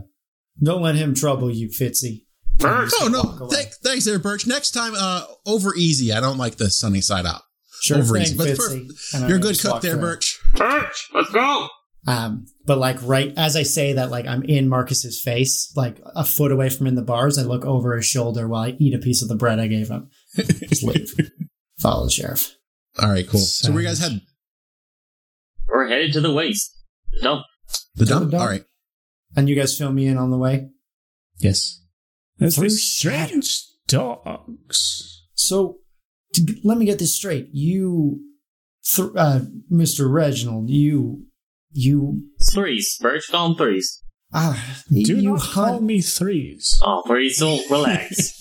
D: don't let him trouble you, Fitzy.
B: Birch!
A: Oh
D: Walk
A: no,
D: away.
A: Thank, thanks there, Birch. Next time, uh, over easy. I don't like the sunny side up.
D: Sure
A: Over
D: thing,
A: easy, but
D: Fitzy. And I'm
A: You're a
D: gonna
A: good
D: just
A: cook
D: walk
A: there,
D: through.
A: Birch.
B: Birch, let's go!
D: Um, but like right as I say that, like I'm in Marcus's face, like a foot away from in the bars. I look over his shoulder while I eat a piece of the bread I gave him. Just leave. Follow the sheriff.
A: All right, cool. So where you guys
C: Savage.
A: had
B: We're headed to the waste. No.
A: the
D: To the
A: dump?
D: dump.
A: All right.
D: And you guys fill me in on the way.
E: Yes.
C: There's
D: Through
C: these strange dogs.
D: So, to, g- let me get this straight. You, th- uh, Mr. Reginald, you, you,
B: Threes. Birch, call 'em threes.
D: ah,
C: Do
D: you
C: not call me threes.
B: Oh, threes, so relax.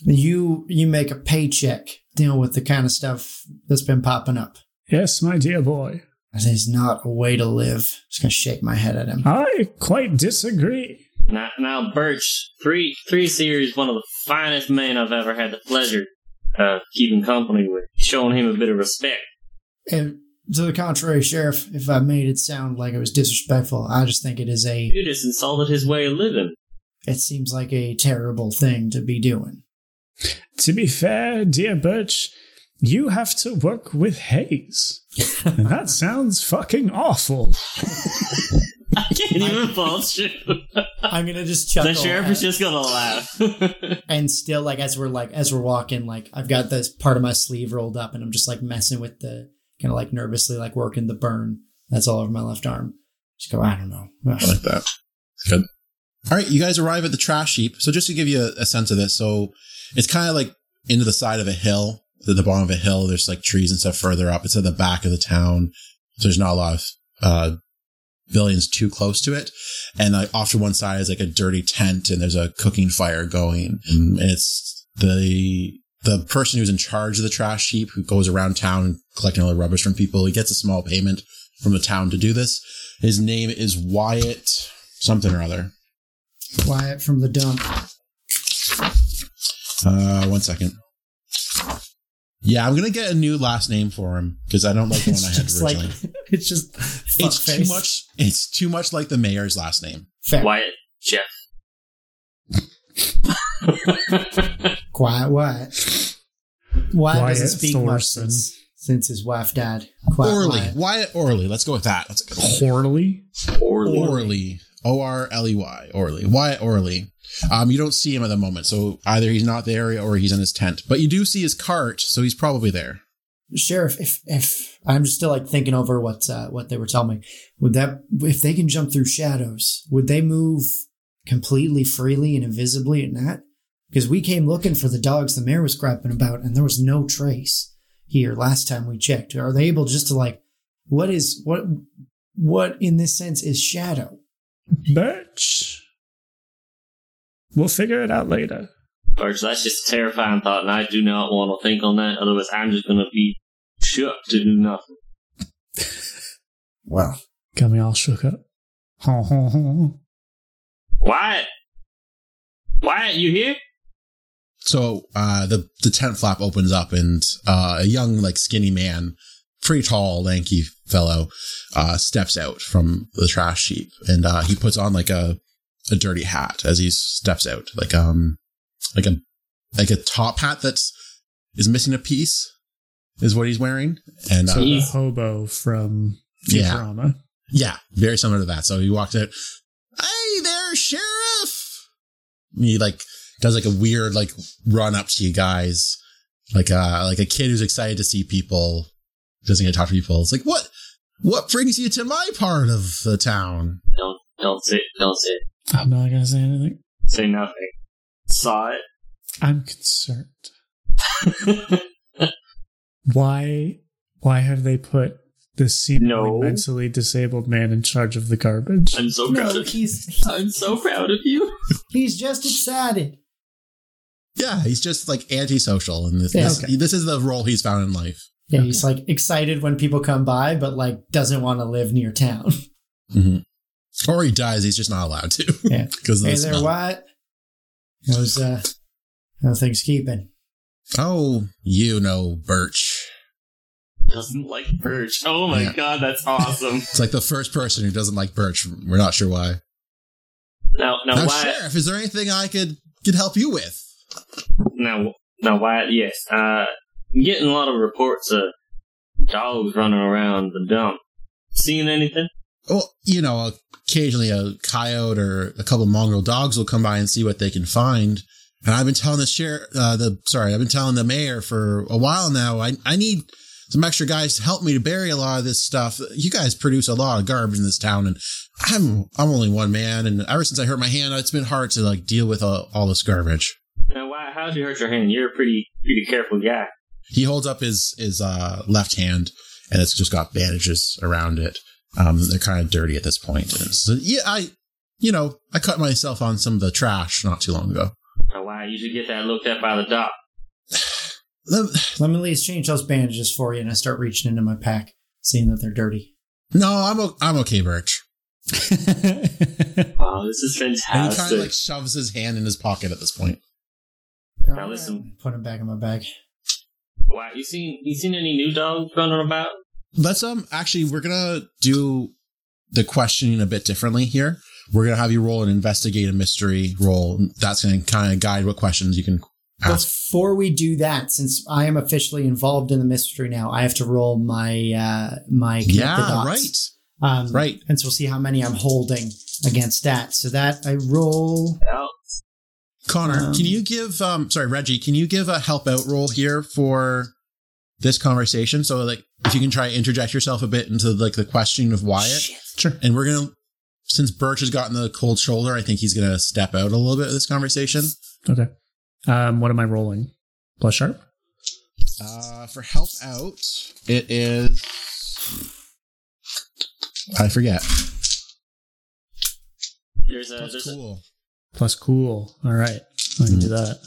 D: you, you make a paycheck dealing with the kind of stuff that's been popping up.
C: Yes, my dear boy.
D: That is not a way to live. Just gonna shake my head at him.
C: I quite disagree.
B: now, now, Birch, three, three series, one of the finest men I've ever had the pleasure of keeping company with. Showing him a bit of respect.
D: And to the contrary, Sheriff, if I made it sound like it was disrespectful, I just think it is a,
B: You just insulted his way of living.
D: it seems like a terrible thing to be doing.
C: To be fair, dear Birch, you have to work with Hayes. and that sounds fucking awful.
B: I can't even bullshit.
D: I'm gonna just chuckle.
B: the sheriff
D: at-
B: is just gonna laugh.
D: and still like as we're like as we're walking like i've got this part of my sleeve rolled up and i'm just like messing with the kind of like nervously like working the burn that's all over my left arm just go i don't know
A: I like that. Good. All right, you guys arrive at the trash heap. So just to give you a, a sense of this, so it's kind of like into the side of a hill, at the bottom of a hill. There's like trees and stuff further up. It's at the back of the town. So there's not a lot of uh, buildings too close to it. And like off to one side is like a dirty tent, and there's a cooking fire going. And it's the the person who's in charge of the trash heap, who goes around town collecting all the rubbish from people, he gets a small payment from the town to do this. His name is Wyatt something or other.
D: Wyatt from the dump.
A: Uh, one second. Yeah, I'm gonna get a new last name for him because I don't like the one I
D: It's
A: had
D: just like
A: originally.
D: it's just
A: it's
D: fuckface.
A: too much. It's too much like the mayor's last name.
D: Fair.
B: Wyatt Jeff.
D: Quiet Wyatt. Wyatt, doesn't
C: Wyatt
D: speak much
C: Thorson.
D: since, since his wife died. Quiet
A: Orly,
D: Wyatt.
A: Wyatt Orly. Let's go with that. That's a good one.
C: Horley?
B: Orly.
A: Orly. O R L E Y. Orly. Wyatt Orly. Um, you don't see him at the moment, so either he's not there or he's in his tent. But you do see his cart, so he's probably there.
D: Sheriff, if if I'm still like thinking over what uh, what they were telling me, would that if they can jump through shadows, would they move completely freely and invisibly at night? Because we came looking for the dogs the mayor was griping about, and there was no trace here last time we checked. Are they able just to like what is what what in this sense is shadow?
C: Birch? We'll figure it out later.
B: Birch, that's just a terrifying thought, and I do not want to think on that. Otherwise, I'm just going to be shook to do nothing.
D: Well,
C: Got me all shook up. Ho, ho, ho.
B: Wyatt! Wyatt, you here?
A: So uh, the the tent flap opens up, and uh, a young, like skinny man, pretty tall, lanky fellow, uh, steps out from the trash heap, and uh, he puts on like a a dirty hat as he steps out, like um, like a like a top hat that's is missing a piece, is what he's wearing, and
C: So
A: uh,
C: the
B: Jeez.
C: hobo from
A: Yeah.
C: Futurama.
A: yeah, very similar to that. So he walks out. Hey there, sheriff. He like does like a weird like run up to you guys, like uh like a kid who's excited to see people, doesn't get to talk to people. It's like what what brings you to my part of the town?
B: Don't, don't say, don't say,
C: I'm not gonna say anything.
B: say nothing. Saw
C: I'm concerned.
B: it.
C: Why? Why have they put this seemingly
B: No.
C: mentally disabled man in charge of the garbage?
B: I'm so proud
D: no,
B: of you.
D: he's
B: I'm so proud of you.
D: he's just excited.
A: Yeah, he's just like antisocial, and this
D: Yeah,
A: this,
D: okay.
A: this is the role he's found in life.
D: Yeah, he's like excited when people come by, but like doesn't want to live near town.
A: Or he dies; he's just not allowed to.
D: Yeah.
A: because
D: Hey there, Wyatt. How's uh, how things keeping?
A: Oh, you know, Birch.
B: Doesn't like Birch. Oh my
A: Yeah.
B: god, that's awesome.
A: It's like the first person who doesn't like Birch. We're not sure why.
B: Now, now,
A: Now,
B: Wyatt,
A: Sheriff, is there anything I could could help you with?
B: Now, now, Wyatt, yes. Uh, I'm getting a lot of reports of dogs running around the dump. Seeing anything?
A: Well, you know, occasionally a coyote or a couple of mongrel dogs will come by and see what they can find. And I've been telling the sheriff, uh, the sorry, I've been telling the mayor for a while now. I I need some extra guys to help me to bury a lot of this stuff. You guys produce a lot of garbage in this town, and I'm I'm only one man. And ever since I hurt my hand, it's been hard to like deal with all, all this garbage.
B: Now, Wyatt, how'd you hurt your hand? You're a pretty, pretty careful guy.
A: he holds up his his uh, left hand, and it's just got bandages around it. Um, they're kind of dirty at this point. And so, yeah, I, you know, I cut myself on some of the trash not too long ago.
B: Now, Wyatt, you should get that looked at by the doc.
A: The-
D: Let me at least change those bandages for you, and I start reaching into my pack, seeing that they're dirty.
A: No, I'm o- I'm okay, Birch.
B: Wow, this is
A: And he kind
B: fantastic.
A: of like shoves his hand in his pocket at this point.
B: Now listen.
D: Uh, Put them back in my bag.
B: Wyatt, you seen, you seen any new dogs running about?
A: Let's um actually we're gonna do the questioning a bit differently here. We're gonna have you roll an investigate a mystery roll. That's gonna kind of guide what questions you can ask.
D: Before we do that, since I am officially involved in the mystery now, I have to roll my uh my connect the
A: Yeah,
D: dots.
A: right,
D: um,
A: right.
D: and so we'll see how many I'm holding against that. So that I roll.
B: Out.
A: Connor,
D: Um,
A: can you give um sorry, Reggie, can you give a help out role here for this conversation? So like if you can try and interject yourself a bit into like the question of Wyatt.
D: Shit.
C: sure.
A: And we're gonna since Birch has gotten the cold shoulder, I think he's gonna step out a little bit of this conversation.
C: Okay. Um, what am I rolling? Plus sharp.
A: Uh for help out, it is I forget.
B: There's a,
A: That's
B: Uh, there's
A: cool.
C: Plus cool. All right. I can do that.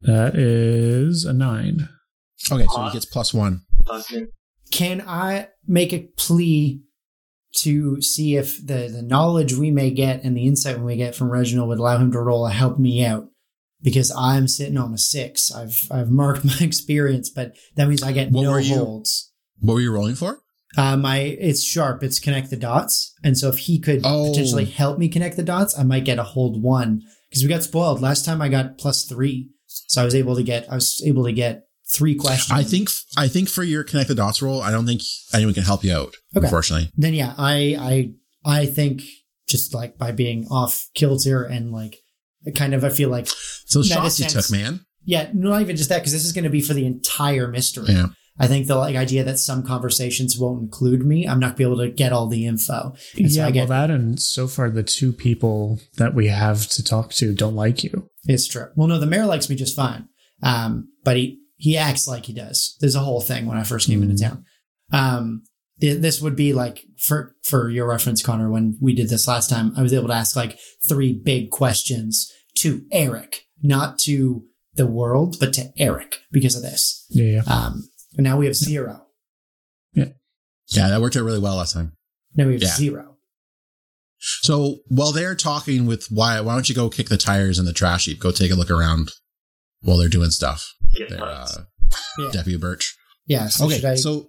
C: That is a nine.
A: Okay, so he gets plus one.
B: Okay.
D: Can I make a plea to see if the, the knowledge we may get and the insight we may get from Reginald would allow him to roll a help me out? Because I'm sitting on a six. I've I've marked my experience, but that means I get
A: What
D: no
A: were you-
D: holds.
A: What were you rolling for?
D: Uh, my it's sharp. It's connect the dots, and so if he could
A: Oh.
D: potentially help me connect the dots, I might get a hold one because we got spoiled last time. I got plus three, so I was able to get I was able to get three questions.
A: I think I think for your connect the dots roll, I don't think anyone can help you out.
D: Okay.
A: Unfortunately,
D: then yeah, I I I think just like by being off kilter and like kind of I feel like
A: so
D: That
A: shots
D: is
A: you
D: sense.
A: took, man.
D: yeah, not even just that because this is going to be for the entire mystery.
A: Yeah.
D: I think the like idea that some conversations won't include me, I'm not gonna be able to get all the info. And so
C: yeah,
D: I get-
C: well, that and so far the two people that we have to talk to don't like you.
D: It's true. Well, no, the mayor likes me just fine, um, but he he acts like he does. There's a whole thing when I first came into
A: Mm-hmm.
D: town. Um, th- this would be like for for your reference, Connor. When we did this last time, I was able to ask like three big questions to Eric, not to the world, but to Eric because of this.
C: Yeah, yeah.
D: Um, and now we have zero.
A: Yeah, that worked out really well last time.
D: Now we have
A: Yeah.
D: zero.
A: So while they're talking with Wyatt, why don't you go kick the tires in the trash heap? Go take a look around while they're doing stuff.
B: Get
A: They're uh,
B: fucked.
D: Yeah.
A: Deputy Birch.
D: Yeah. So should I,
A: Okay, so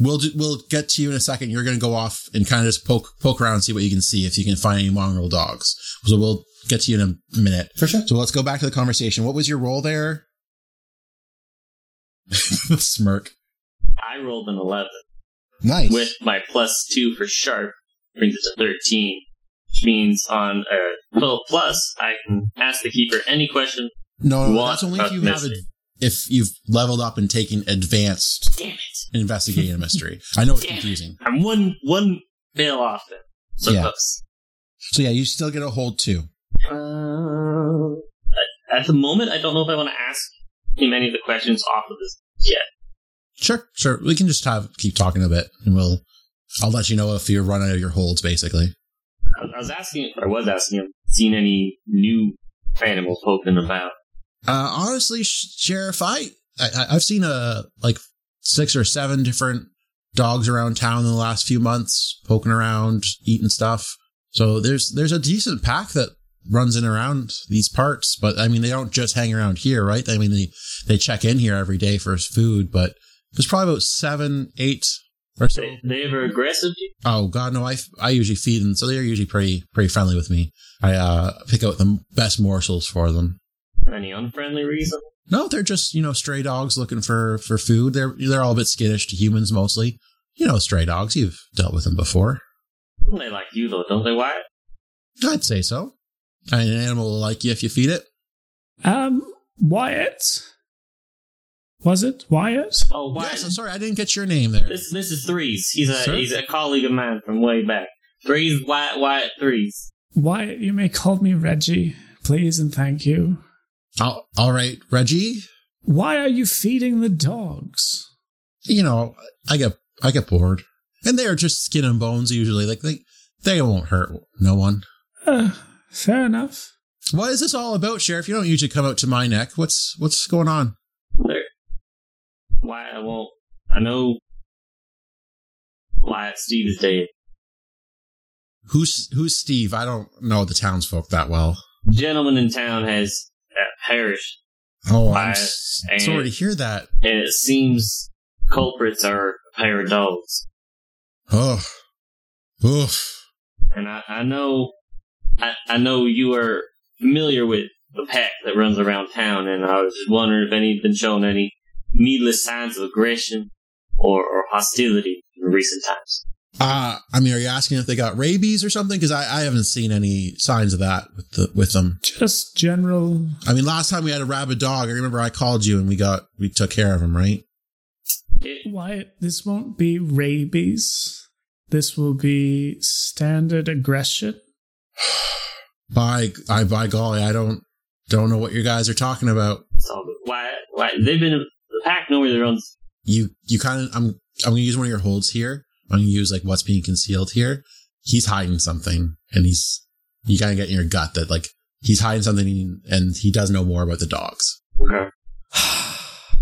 A: we'll do, we'll get to you in a second. You're going to go off and kind of just poke poke around and see what you can see if you can find any mongrel dogs. So we'll get to you in a minute.
D: for sure.
A: So let's go back to the conversation. What was your role there? Smirk.
B: I rolled an 11
A: Nice.
B: with my plus 2 for sharp, brings it to 13, which means on a 12 plus, I can ask the keeper any question.
A: no, no,
B: What
A: that's only
B: a
A: if you have
B: mystery.
A: a, if you've leveled up and taken advanced
B: Damn it!
A: investigating a mystery. I know it's
B: Damn it.
A: confusing.
B: I'm one one fail off it. So
A: Yeah.
B: close.
A: So yeah, you still get a hold too.
B: Uh, at- at the moment, I don't know if I want to ask him any of the questions off of this yet.
A: Sure, sure. We can just have keep talking a bit, and we'll. I'll let you know if you run out of your holds, basically.
B: I I was asking, I was asking him, seen any new animals poking about?
A: Uh, honestly, Sh- Sheriff, I, I I- I've seen a like six or seven different dogs around town in the last few months, poking around, eating stuff. So there's there's a decent pack that runs in around these parts, but I mean they don't just hang around here, right? I mean they they check in here every day for food, but there's probably about seven, eight or so.
B: They, they ever aggressive?
A: Oh God, no! I, I usually feed them, so they're usually pretty pretty friendly with me. I uh, pick out the best morsels for them.
B: Any unfriendly reason?
A: No, they're just you know stray dogs looking for for food. They're they're all a bit skittish to humans mostly. You know, stray dogs. You've dealt with them before.
B: They like you though, don't they? Why?
A: I'd say so. And an animal will like you if you feed it.
C: Um, Wyatt? Was it Wyatt?
B: Oh, why?
A: Yes, I'm sorry, I didn't get your name there.
B: This this is Threes. He's a
A: Sir?
B: he's a colleague of mine from way back. Threes, Wyatt, Wyatt, Threes.
C: Wyatt, you may call me Reggie, please and thank you.
A: Al- all right, Reggie.
C: Why are you feeding the dogs?
A: You know, I get I get bored, and they are just skin and bones usually. Like they they won't hurt no one.
C: Uh, fair enough.
A: What is this all about, Sheriff? You don't usually come out to my neck. What's what's going on?
B: There. Wyatt won't. I know. Wyatt Steve is dead.
A: Who's who's Steve? I don't know the townsfolk that well.
B: Gentleman in town has uh, perished,
A: Oh, I'm
B: I-
A: s-
B: and-
A: sorry to hear that.
B: and it seems culprits are a pair of dogs.
A: Oh, oof.
B: and I, I know, I, I know you are familiar with the pack that runs around town, and I was just wondering if any been shown any needless signs of aggression or, or hostility in recent times.
A: Uh, I mean, are you asking if they got rabies or something? Because I, I haven't seen any signs of that with the, with them.
C: Just general.
A: I mean, last time we had a rabid dog. I remember I called you and we got we took care of him, right?
B: It,
C: Wyatt, this won't be rabies. This will be standard aggression.
A: By I by golly, I don't don't know what you guys are talking about.
B: so why, why they've been the pack normally runs.
A: you you kind of I'm I'm gonna use one of your holds here. I'm gonna use like what's being concealed here. He's hiding something, and he's you kind of get in your gut that like he's hiding something and he does know more about the dogs.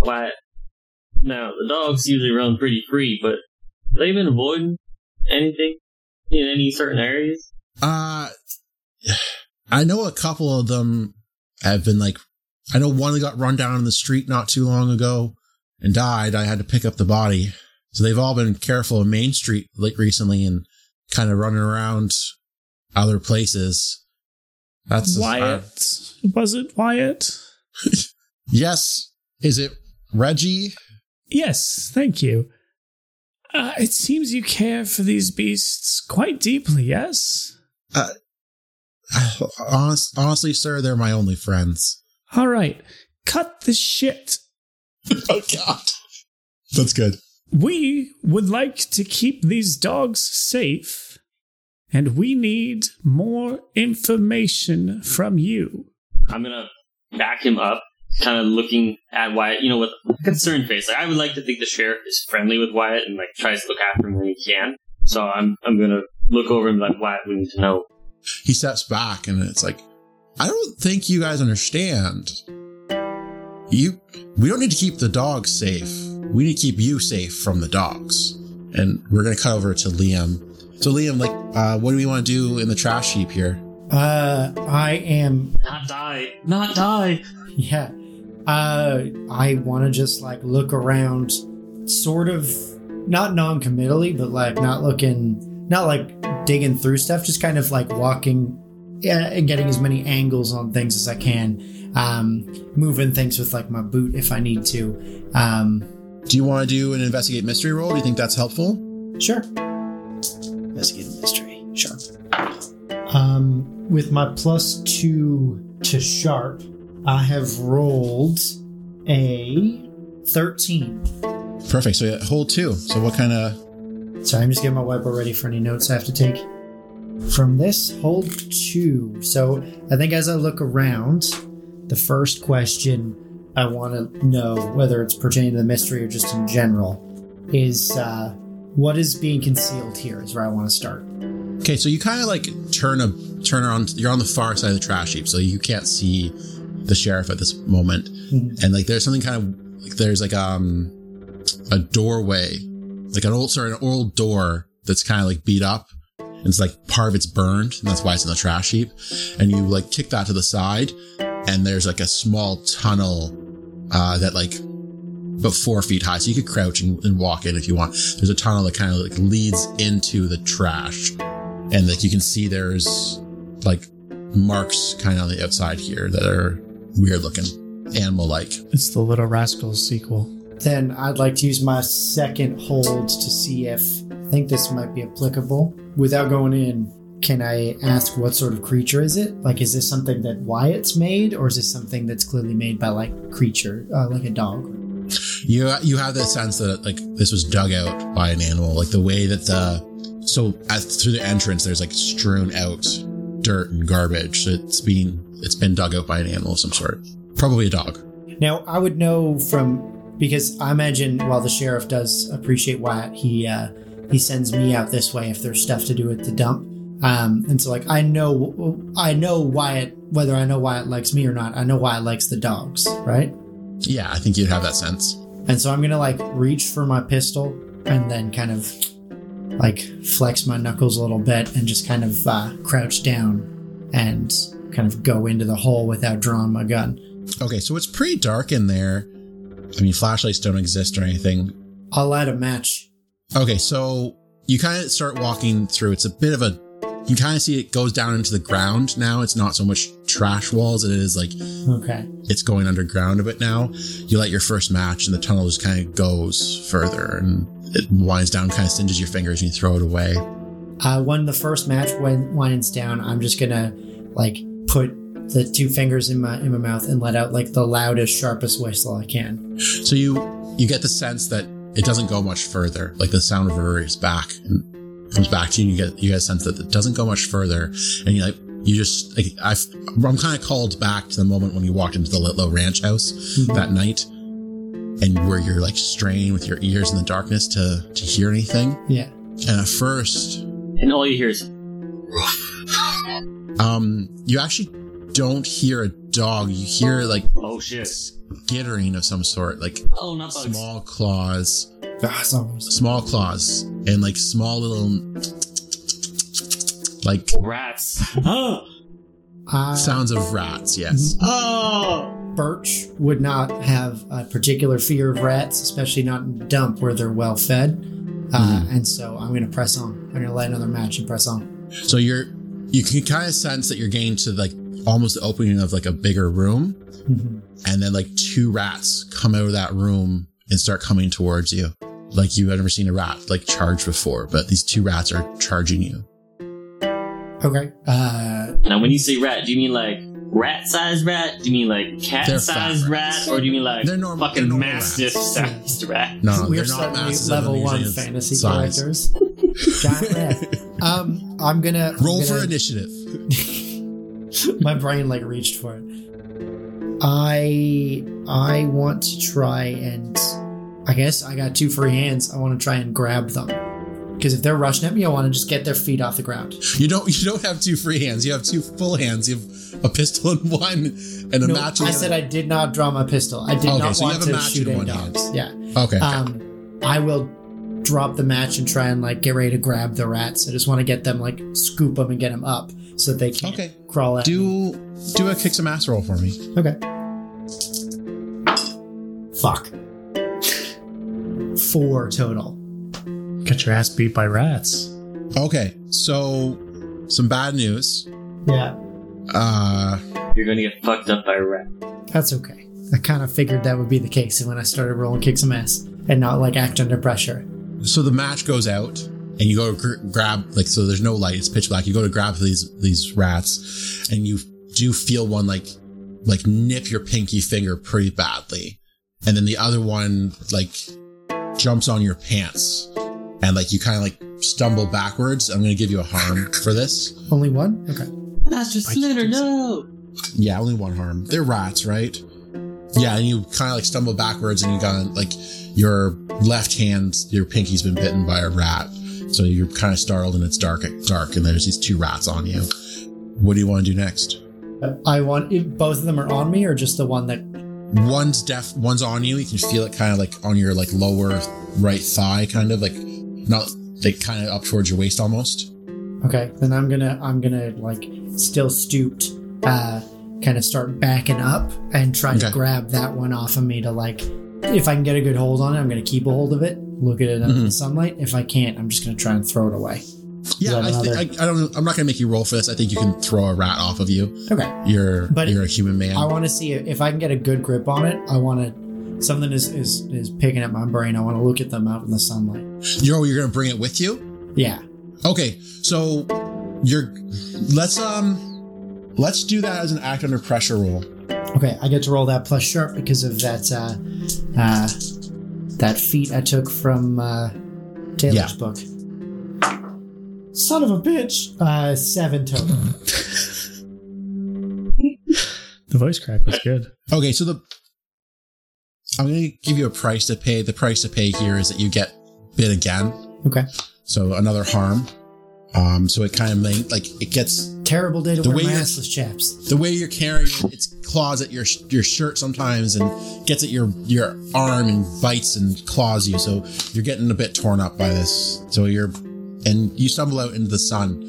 B: Okay. But now the dogs usually run pretty free, but they've been avoiding anything in any certain areas.
A: Uh, I know a couple of them have been like, I know one that got run down in the street not too long ago and died. I had to pick up the body. So they've all been careful of Main Street like recently and kind of running around other places. That's
C: Wyatt. was it Wyatt?
A: yes. Is it Reggie?
C: Yes, thank you. Uh, it seems you care for these beasts quite deeply, yes?
A: Honest, honestly, sir, they're my only friends.
C: All right, cut the shit.
A: Oh God, that's good.
C: We would like to keep these dogs safe, and we need more information from you.
B: I'm gonna back him up, kind of looking at Wyatt, you know, with a concerned face. Like I would like to think the sheriff is friendly with Wyatt and like tries to look after him when he can. So I'm I'm gonna look over and be like Wyatt, we need to know.
A: He steps back and it's like, I don't think you guys understand. You, we don't need to keep the dogs safe. We need to keep you safe from the dogs. And we're gonna cut over to Liam. So Liam, like, uh, what do we want to do in the trash heap here?
D: Uh, I am.
B: Not die, not die.
D: Yeah. Uh, I want to just like look around, sort of, not non-committally, but like not looking, not like digging through stuff. Just kind of like walking, yeah, and getting as many angles on things as I can. Um, moving things with like my boot if I need to. Um,
A: Do you want to do an investigate mystery roll? Do you think that's helpful?
D: sure. Investigate a mystery. Sure. Um, with my plus two to sharp, I have rolled a 13.
A: Perfect. So yeah, hold two. So what kind of?
D: So I'm just getting my whiteboard ready for any notes I have to take. From this, hold two. So I think as I look around, the first question I want to know, whether it's pertaining to the mystery or just in general, is uh, what is being concealed here is where I want to start.
A: Okay, so you kind of like turn a turn around. You're on the far side of the trash heap, so you can't see the sheriff at this moment.
D: Mhm.
A: And like, there's something kind of like there's like um a doorway, like an old sorry, an old door that's kind of like beat up. And it's like part of it's burned, and that's why it's in the trash heap. And you like kick that to the side, and there's like a small tunnel uh, that like but four feet high, so you could crouch and, and walk in if you want. There's a tunnel that kind of like leads into the trash and like you can see there's like marks kind of on the outside here that are weird looking animal like
C: It's the Little Rascals sequel.
D: Then I'd like to use my second hold to see if I think this might be applicable. Without going in, can I ask what sort of creature is it? Like, is this something that Wyatt's made, or is this something that's clearly made by like creature, uh, like a dog?
A: you you have the sense that like this was dug out by an animal like the way that the so at, through the entrance there's like strewn out dirt and garbage so it's been it's been dug out by an animal of some sort probably a dog
D: Now I would know from because I imagine while the sheriff does appreciate Wyatt, he uh, he sends me out this way if there's stuff to do at the dump. Um, and so like I know I know Wyatt whether I know Wyatt likes me or not. I know Wyatt likes the dogs, right?
A: yeah i think you'd have that sense
D: And so I'm gonna like reach for my pistol and then kind of like flex my knuckles a little bit and just kind of uh, crouch down and kind of go into the hole without drawing my gun.
A: okay so it's pretty dark in there i mean flashlights don't exist or anything
D: I'll light a match.
A: Okay, so you kind of start walking through. It's a bit of a. You kind of see it goes down into the ground now. It's not so much trash walls. It is like
D: Okay.
A: it's going underground a bit now. You light your first match, and the tunnel just kind of goes further and it winds down, kind of singes your fingers, and you throw it away.
D: Uh, when the first match win- winds down, I'm just gonna like put the two fingers in my in my mouth and let out like the loudest, sharpest whistle I can.
A: So you you get the sense that it doesn't go much further. Like the sound reverberates back and comes back to you. And you get you get a sense that it doesn't go much further, and you like you just like I I'm kind of called back to the moment when you walked into the Litlow Ranch house that night, and where you're like straining with your ears in the darkness to to hear anything.
D: Yeah.
A: And at first,
B: And all you hear is
A: um, you actually don't hear a dog. You hear like
B: Oh shit.
A: skittering of some sort, like
B: Oh, not bugs.
A: small claws,
D: Ah, it's almost-
A: small claws, and like small little like
B: Rats. Oh.
D: Uh,
A: sounds of rats. Yes.
B: Oh.
D: Birch would not have a particular fear of rats, especially not in the dump where they're well fed. Uh, And so I'm going to press on. I'm going to light another match and press on.
A: So you're you can kind of sense that you're getting to like almost the opening of like a bigger room, and then like two rats come out of that room and start coming towards you. Like you've never seen a rat like charge before, but these two rats are charging you.
D: Okay. Uh,
B: Now, when you say rat, do you mean like rat-sized rat? Do you mean like cat-sized
A: fat
B: rat,
A: rats.
B: or do you mean like
A: They're normal-
B: fucking
A: they're normal
B: mastiff-sized rat?
A: No,
D: we're
A: Uh, they're not
D: suddenly
A: masses of
D: level
A: an
D: one
A: easy
D: fantasy
A: size.
D: collectors. Giant rat. Um, I'm going to
A: Roll
D: I'm
A: for
D: gonna,
A: initiative.
D: my brain like reached for it. I I want to try and I guess I got two free hands. I want to try and grab them because if they're rushing at me, I want to just get their feet off the ground.
A: You don't you don't have two free hands. You have two full hands. You have a pistol in one and a
D: No,
A: match. In
D: I
A: the
D: said I did not draw my pistol. I did
A: Okay,
D: not
A: so you
D: want
A: have a
D: to
A: match
D: shoot
A: in
D: any
A: one
D: dogs. Yeah.
A: okay.
D: Um, I will drop the match and try and like get ready to grab the rats. I just want to get them like scoop them and get them up so that they can't
A: Okay.
D: crawl out.
A: do do a kick some ass roll for me.
D: Okay. Fuck. Four total.
C: Get your ass beat by rats.
A: Okay, so some bad news.
D: Yeah,
A: Uh
B: You're gonna get fucked up by a rat.
D: that's okay. I kind of figured that would be the case when I started rolling kick some ass and not like act under pressure.
A: so the match goes out and you go to gr- grab like so there's no light it's pitch black you go to grab these these rats and you do feel one like like nip your pinky finger pretty badly and then the other one like jumps on your pants and like you kind of like stumble backwards i'm gonna give you a harm for this
D: Only one? Okay.
B: Master Slender, no.
A: yeah only one harm they're rats right yeah and you kind of like stumble backwards and you got like your left hand your pinky's been bitten by a rat so you're kind of startled and it's dark dark and there's these two rats on you what do you want to do next
D: I want if both of them are on me or just the one that.
A: one's deaf one's on you you can feel it kind of like on your like lower right thigh kind of like not like kind of up towards your waist almost
D: Okay. Then I'm gonna I'm gonna like still stooped, uh, kind of start backing up and try to
A: Okay.
D: grab that one off of me to like. If I can get a good hold on it, I'm gonna keep a hold of it. Look at it under the
A: Mhm.
D: sunlight. If I can't, I'm just gonna try and throw it away.
A: yeah
D: that
A: I,
D: another-
A: think I, I don't i'm not gonna make you roll for this i think you can throw a rat off of you
D: Okay.
A: you're
D: But-
A: you're a human man
D: I want to see if if I can get a good grip on it. I want to something is is is picking at my brain. I want to look at them out in the sunlight.
A: you're you're gonna bring it with you
D: Yeah.
A: Okay, so you're let's um let's do that as an act under pressure roll.
D: Okay. I get to roll that plus sharp because of that uh, uh, that feat I took from uh, Taylor's
A: Yeah.
D: book. Son of a bitch. Uh, seven total.
C: The voice crack was good.
A: Okay, so the I'm gonna give you a price to pay. The price to pay here is that you get bit again.
D: Okay.
A: So another harm. Um, so it kind of like, like it gets
D: Terrible day to
A: The
D: wear
A: way
D: my
A: you're-
D: assless chaps.
A: the way you're carrying it, its claws at your your shirt sometimes and gets at your your arm and bites and claws you. So you're getting a bit torn up by this. So you're and you stumble out into the sun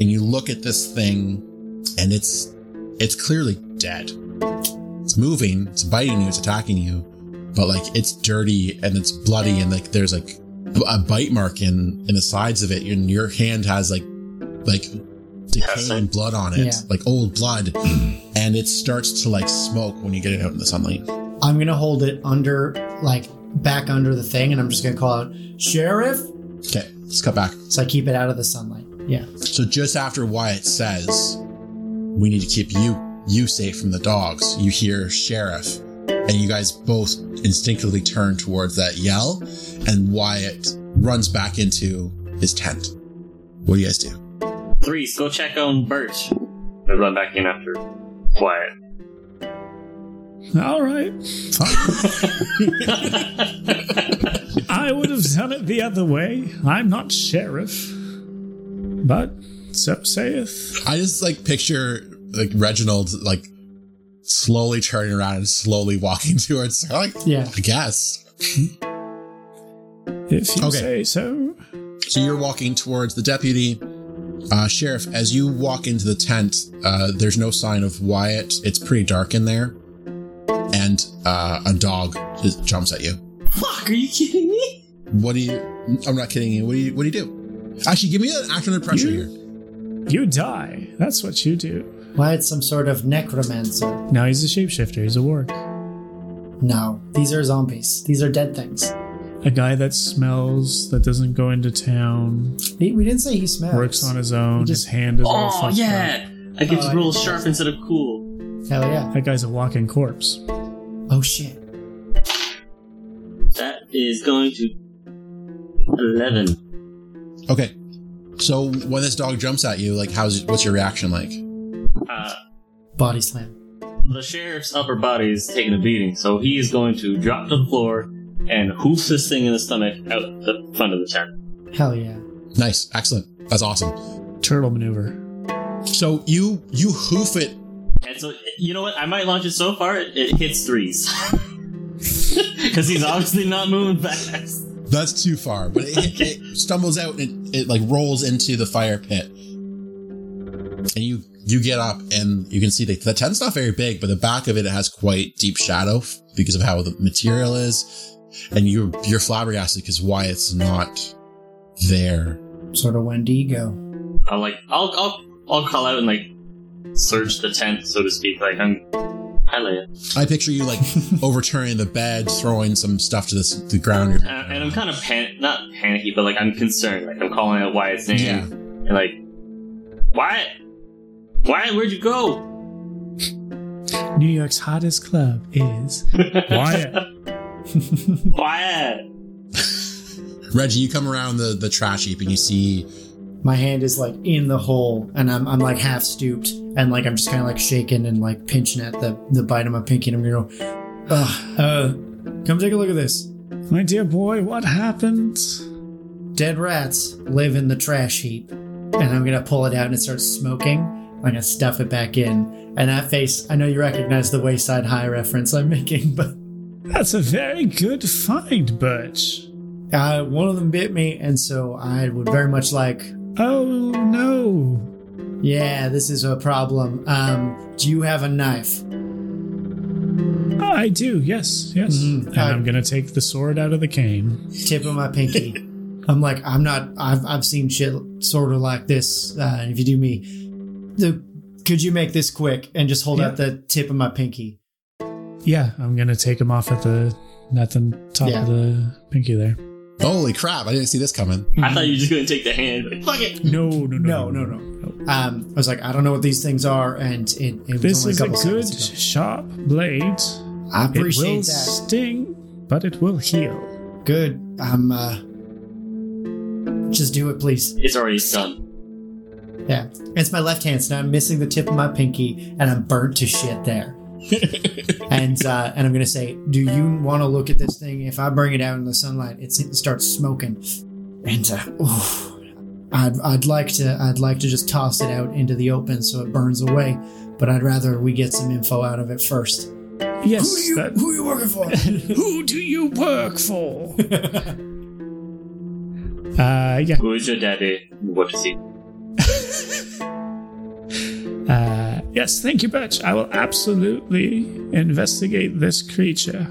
A: and you look at this thing and it's it's clearly dead. It's moving, it's biting you, it's attacking you, but like it's dirty and it's bloody and like there's like a bite mark in in the sides of it and your hand has like like decaying
B: Testing.
A: blood on it,
D: Yeah.
A: like old blood, and it starts to like smoke when you get it out in the sunlight.
D: I'm gonna hold it under like back under the thing, and I'm just gonna call out sheriff.
A: Okay, let's cut back.
D: So I keep it out of the sunlight. Yeah.
A: So just after Wyatt says, "We need to keep you you safe from the dogs," you hear sheriff, and you guys both instinctively turn towards that yell, and Wyatt runs back into his tent. What do you guys do?
B: Threes, go check on Birch. I run back in after Quiet.
C: All right. I would have done it the other way. I'm not sheriff. But so saith.
A: I just like picture like Reginald like slowly turning around and slowly walking towards her. Like,
D: Yeah.
A: I guess.
C: If you
A: Okay.
C: say so.
A: So you're walking towards the deputy. Uh, Sheriff, as you walk into the tent, uh, there's no sign of Wyatt. It's pretty dark in there. And uh, a dog just jumps at you.
B: Fuck, are you kidding me?
A: What do you? I'm not kidding you. What do you? What do you do? Actually, give me an action under pressure
C: You-
A: here.
C: You die. That's what you do.
D: Why it's some sort of necromancer?
C: Now he's a shapeshifter. He's a warg.
D: No, these are zombies. These are dead things.
C: A guy that smells, that doesn't go into town,
D: He- We didn't say he smells.
C: works on his own,
D: He
C: his
D: just-
C: hand is all
B: Oh,
C: fucked up.
B: yeah. I get
D: Oh,
B: to
D: I-
B: roll sharp instead of cool.
D: Hell yeah.
C: That guy's a walking corpse.
D: Oh shit.
B: That is going to 11.
A: Okay. So when this dog jumps at you, like, how's what's your reaction like?
B: Uh,
D: Body slam.
B: the sheriff's upper body is taking a beating, so he is going to drop to the floor and hoof this thing in the stomach out the front of the tent.
D: Hell yeah.
A: Nice, excellent. That's awesome.
C: Turtle maneuver.
A: So you you hoof it.
B: And so, you know what? I might launch it so far, it, it hits threes. Because he's obviously not moving fast.
A: That's too far, but it, it, it stumbles out and it, it like rolls into the fire pit. And you you get up and you can see the, the tent's not very big, but the back of it has quite deep shadow f- because of how the material is. And you you're flabbergasted because why it's not there.
D: Sort of Wendigo.
B: I'll like I'll I'll I'll call out and like search the tent, so to speak. Like I'm hi Leia.
A: I picture you like overturning the bed, throwing some stuff to this, the ground.
B: Uh, and I'm kind of pan not panicky, but like I'm concerned. Like I'm calling out Wyatt's name
A: Yeah.
B: and like Wyatt, Wyatt, where'd you go?
C: New York's hottest club is Wyatt.
B: Wyatt.
A: Reggie, you come around the, the trash heap and you see
D: My hand is like in the hole and I'm, I'm like half stooped and like I'm just kind of like shaking and like pinching at the, the bite of my pinky and I'm gonna go, Ugh, uh, come take a look at this.
C: My dear boy, what happened?
D: Dead rats live in the trash heap. And I'm gonna pull it out and it starts smoking. I'm gonna stuff it back in. And that face, I know you recognize the Wayside High reference I'm making, but
C: That's a very good find, Birch.
D: uh, one of them bit me, and so I would very much like,
C: Oh no.
D: yeah, this is a problem. Um, do you have a knife?
C: I do, yes, yes.
D: Mhm.
C: And I'm gonna take the sword out of the cane.
D: Tip of my pinky. I'm like, I'm not. I've I've seen shit sort of like this. Uh, if you do me, the could you make this quick and just hold
C: Yeah.
D: out the tip of my pinky?
C: Yeah, I'm gonna take him off at the at the top
D: Yeah.
C: of the pinky there.
A: holy crap, I didn't see this coming.
B: I thought you were just gonna take the hand. Like, Fuck it.
C: No, no,
D: No,
C: no,
D: no, no. Um, I was like, I don't know what these things are, and it, it was
C: This
D: only
C: is a
D: couple
C: good,
D: seconds
C: sharp blade.
D: ago. I
C: it
D: appreciate
C: will
D: that.
C: sting, but it will heal.
D: Good. I'm. Uh, just do it, please.
B: It's already done.
D: Yeah, it's my left hand, so now I'm missing the tip of my pinky, and I'm burnt to shit there. and uh, and I'm gonna say, do you want to look at this thing? If I bring it out in the sunlight, it's, it starts smoking, and uh, oof, I'd I'd like to I'd like to just toss it out into the open so it burns away, but I'd rather we get some info out of it first.
C: Yes,
D: who you
C: that-
D: who you working for?
C: Who do you work for? uh, yeah.
B: Who is your daddy? What is he?
C: Uh, yes, thank you, Birch. I will absolutely investigate this creature.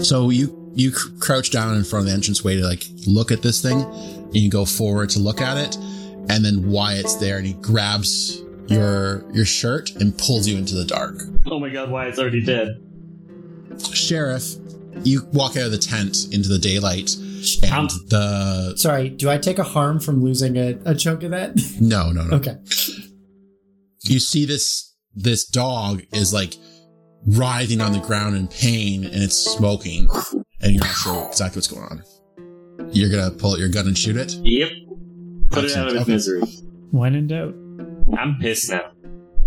A: So you you cr- crouch down in front of the entranceway to like look at this thing, and you go forward to look at it, and then Wyatt's there and he grabs your your shirt and pulls you into the dark.
B: Oh my god, Wyatt's already dead.
A: Sheriff, you walk out of the tent into the daylight, and
B: Um.
A: the
D: Sorry, do I take a harm from losing a, a chunk of that?
A: no no no
D: okay.
A: you see this this dog is like writhing on the ground in pain and it's smoking and you're not sure exactly what's going on you're gonna pull out your gun and shoot it
B: Yep. Put it out of its
A: Okay.
B: misery.
C: When in doubt.
B: I'm pissed now.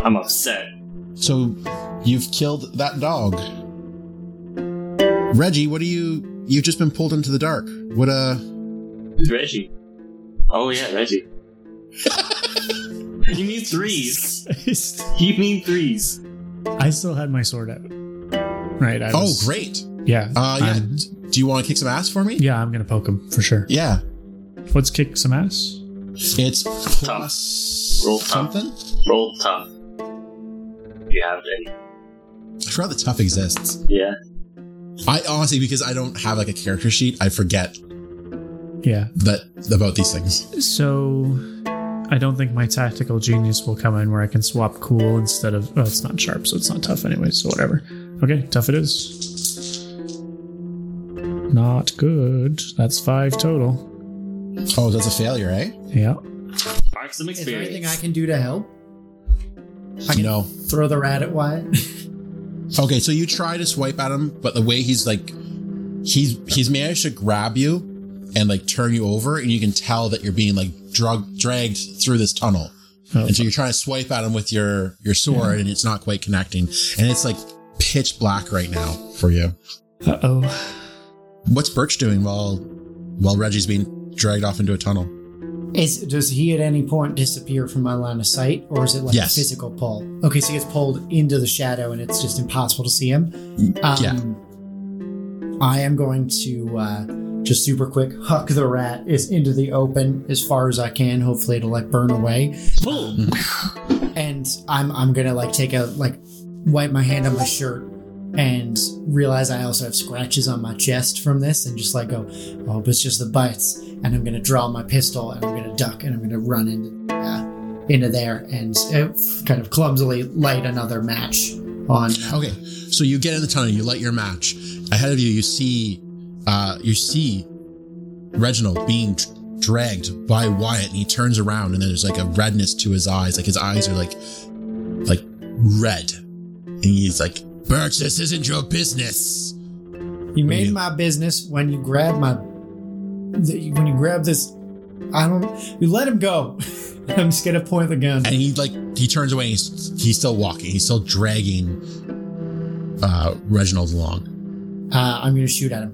B: I'm upset.
A: so you've killed that dog reggie what do you you've just been pulled into the dark what uh
B: Reggie. Oh yeah, Reggie. You mean threes?
C: Christ.
B: You mean threes?
C: I still had my sword out. Right. I
A: Oh,
C: was-
A: great.
C: Yeah.
A: Uh, yeah.
C: I'm-
A: Do you want to kick some ass for me?
C: yeah, I'm going to poke him for sure.
A: Yeah.
C: Let's kick some ass.
A: It's plus
B: Roll tough.
A: something.
B: Roll tough. You have it.
A: I forgot the tough exists.
B: Yeah.
A: I honestly, because I don't have like a character sheet, I forget
C: Yeah.
A: that about these things.
C: So I don't think my tactical genius will come in where I can swap cool instead of. Oh, it's not sharp, so it's not tough anyway, so whatever. Okay, tough it is. Not good. That's five total.
A: Oh, that's a failure, eh?
C: Yeah.
B: Mark some
D: Is there
B: experience.
D: anything I can do to help?
A: I know.
D: Throw the rat at Wyatt?
A: Okay, so you try to swipe at him, but the way he's like, he's he's managed to grab you and like turn you over, and you can tell that you're being like drug dragged through this tunnel.
C: Oh,
A: And so you're trying to swipe at him with your your sword, and it's not quite connecting. And it's like pitch black right now for you.
C: uh oh.
A: What's Birch doing while while Reggie's being dragged off into a tunnel?
D: Is does he at any point disappear from my line of sight, or is it like
A: Yes.
D: a physical pull? Okay, so he gets pulled into the shadow, and it's just impossible to see him. Um,
A: yeah.
D: I am going to uh, just super quick huck the rat is into the open as far as I can. Hopefully, it'll like burn away.
B: Boom.
D: And I'm I'm gonna like take a like wipe my hand on my shirt and realize I also have scratches on my chest from this, and just like go, oh, but it's just the bites. And I'm gonna draw my pistol, and I'm gonna duck, and I'm gonna run into uh, into there, and uh, kind of clumsily light another match on. uh,
A: Okay, so you get in the tunnel, you light your match. Ahead of you, you see, uh, you see Reginald being d- dragged by Wyatt, and he turns around, and there's like a redness to his eyes. Like his eyes are like, like red, and he's like, "Birch, this isn't your business."
D: You made
A: Yeah.
D: my business when you grab my. th- When you grab this, I don't. You let him go. I'm just gonna point the gun.
A: And he like he turns away, and he's he's still walking, he's still dragging uh, Reginald along.
D: Uh, I'm gonna shoot at him.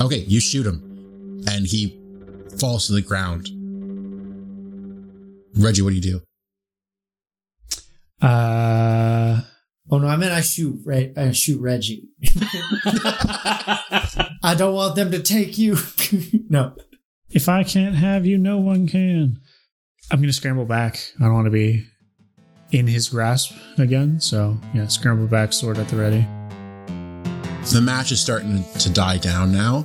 A: Okay, you shoot him, and he falls to the ground. Reggie, what do you do?
C: Uh,
D: Oh no, I meant I shoot. Re- I shoot Reggie. I don't want them to take you. no.
C: if I can't have you, no one can. I'm going to scramble back. I don't want to be in his grasp again. So, yeah, scramble back, sword at the ready.
A: The match is starting to die down now,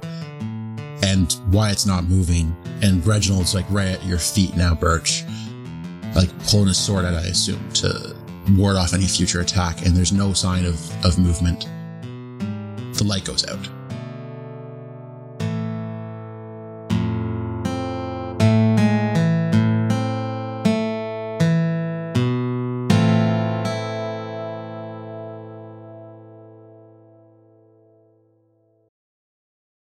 A: and Wyatt's not moving, and Reginald's like right at your feet now, Birch, like pulling his sword out, I assume, to ward off any future attack, and there's no sign of, of movement. The light goes out.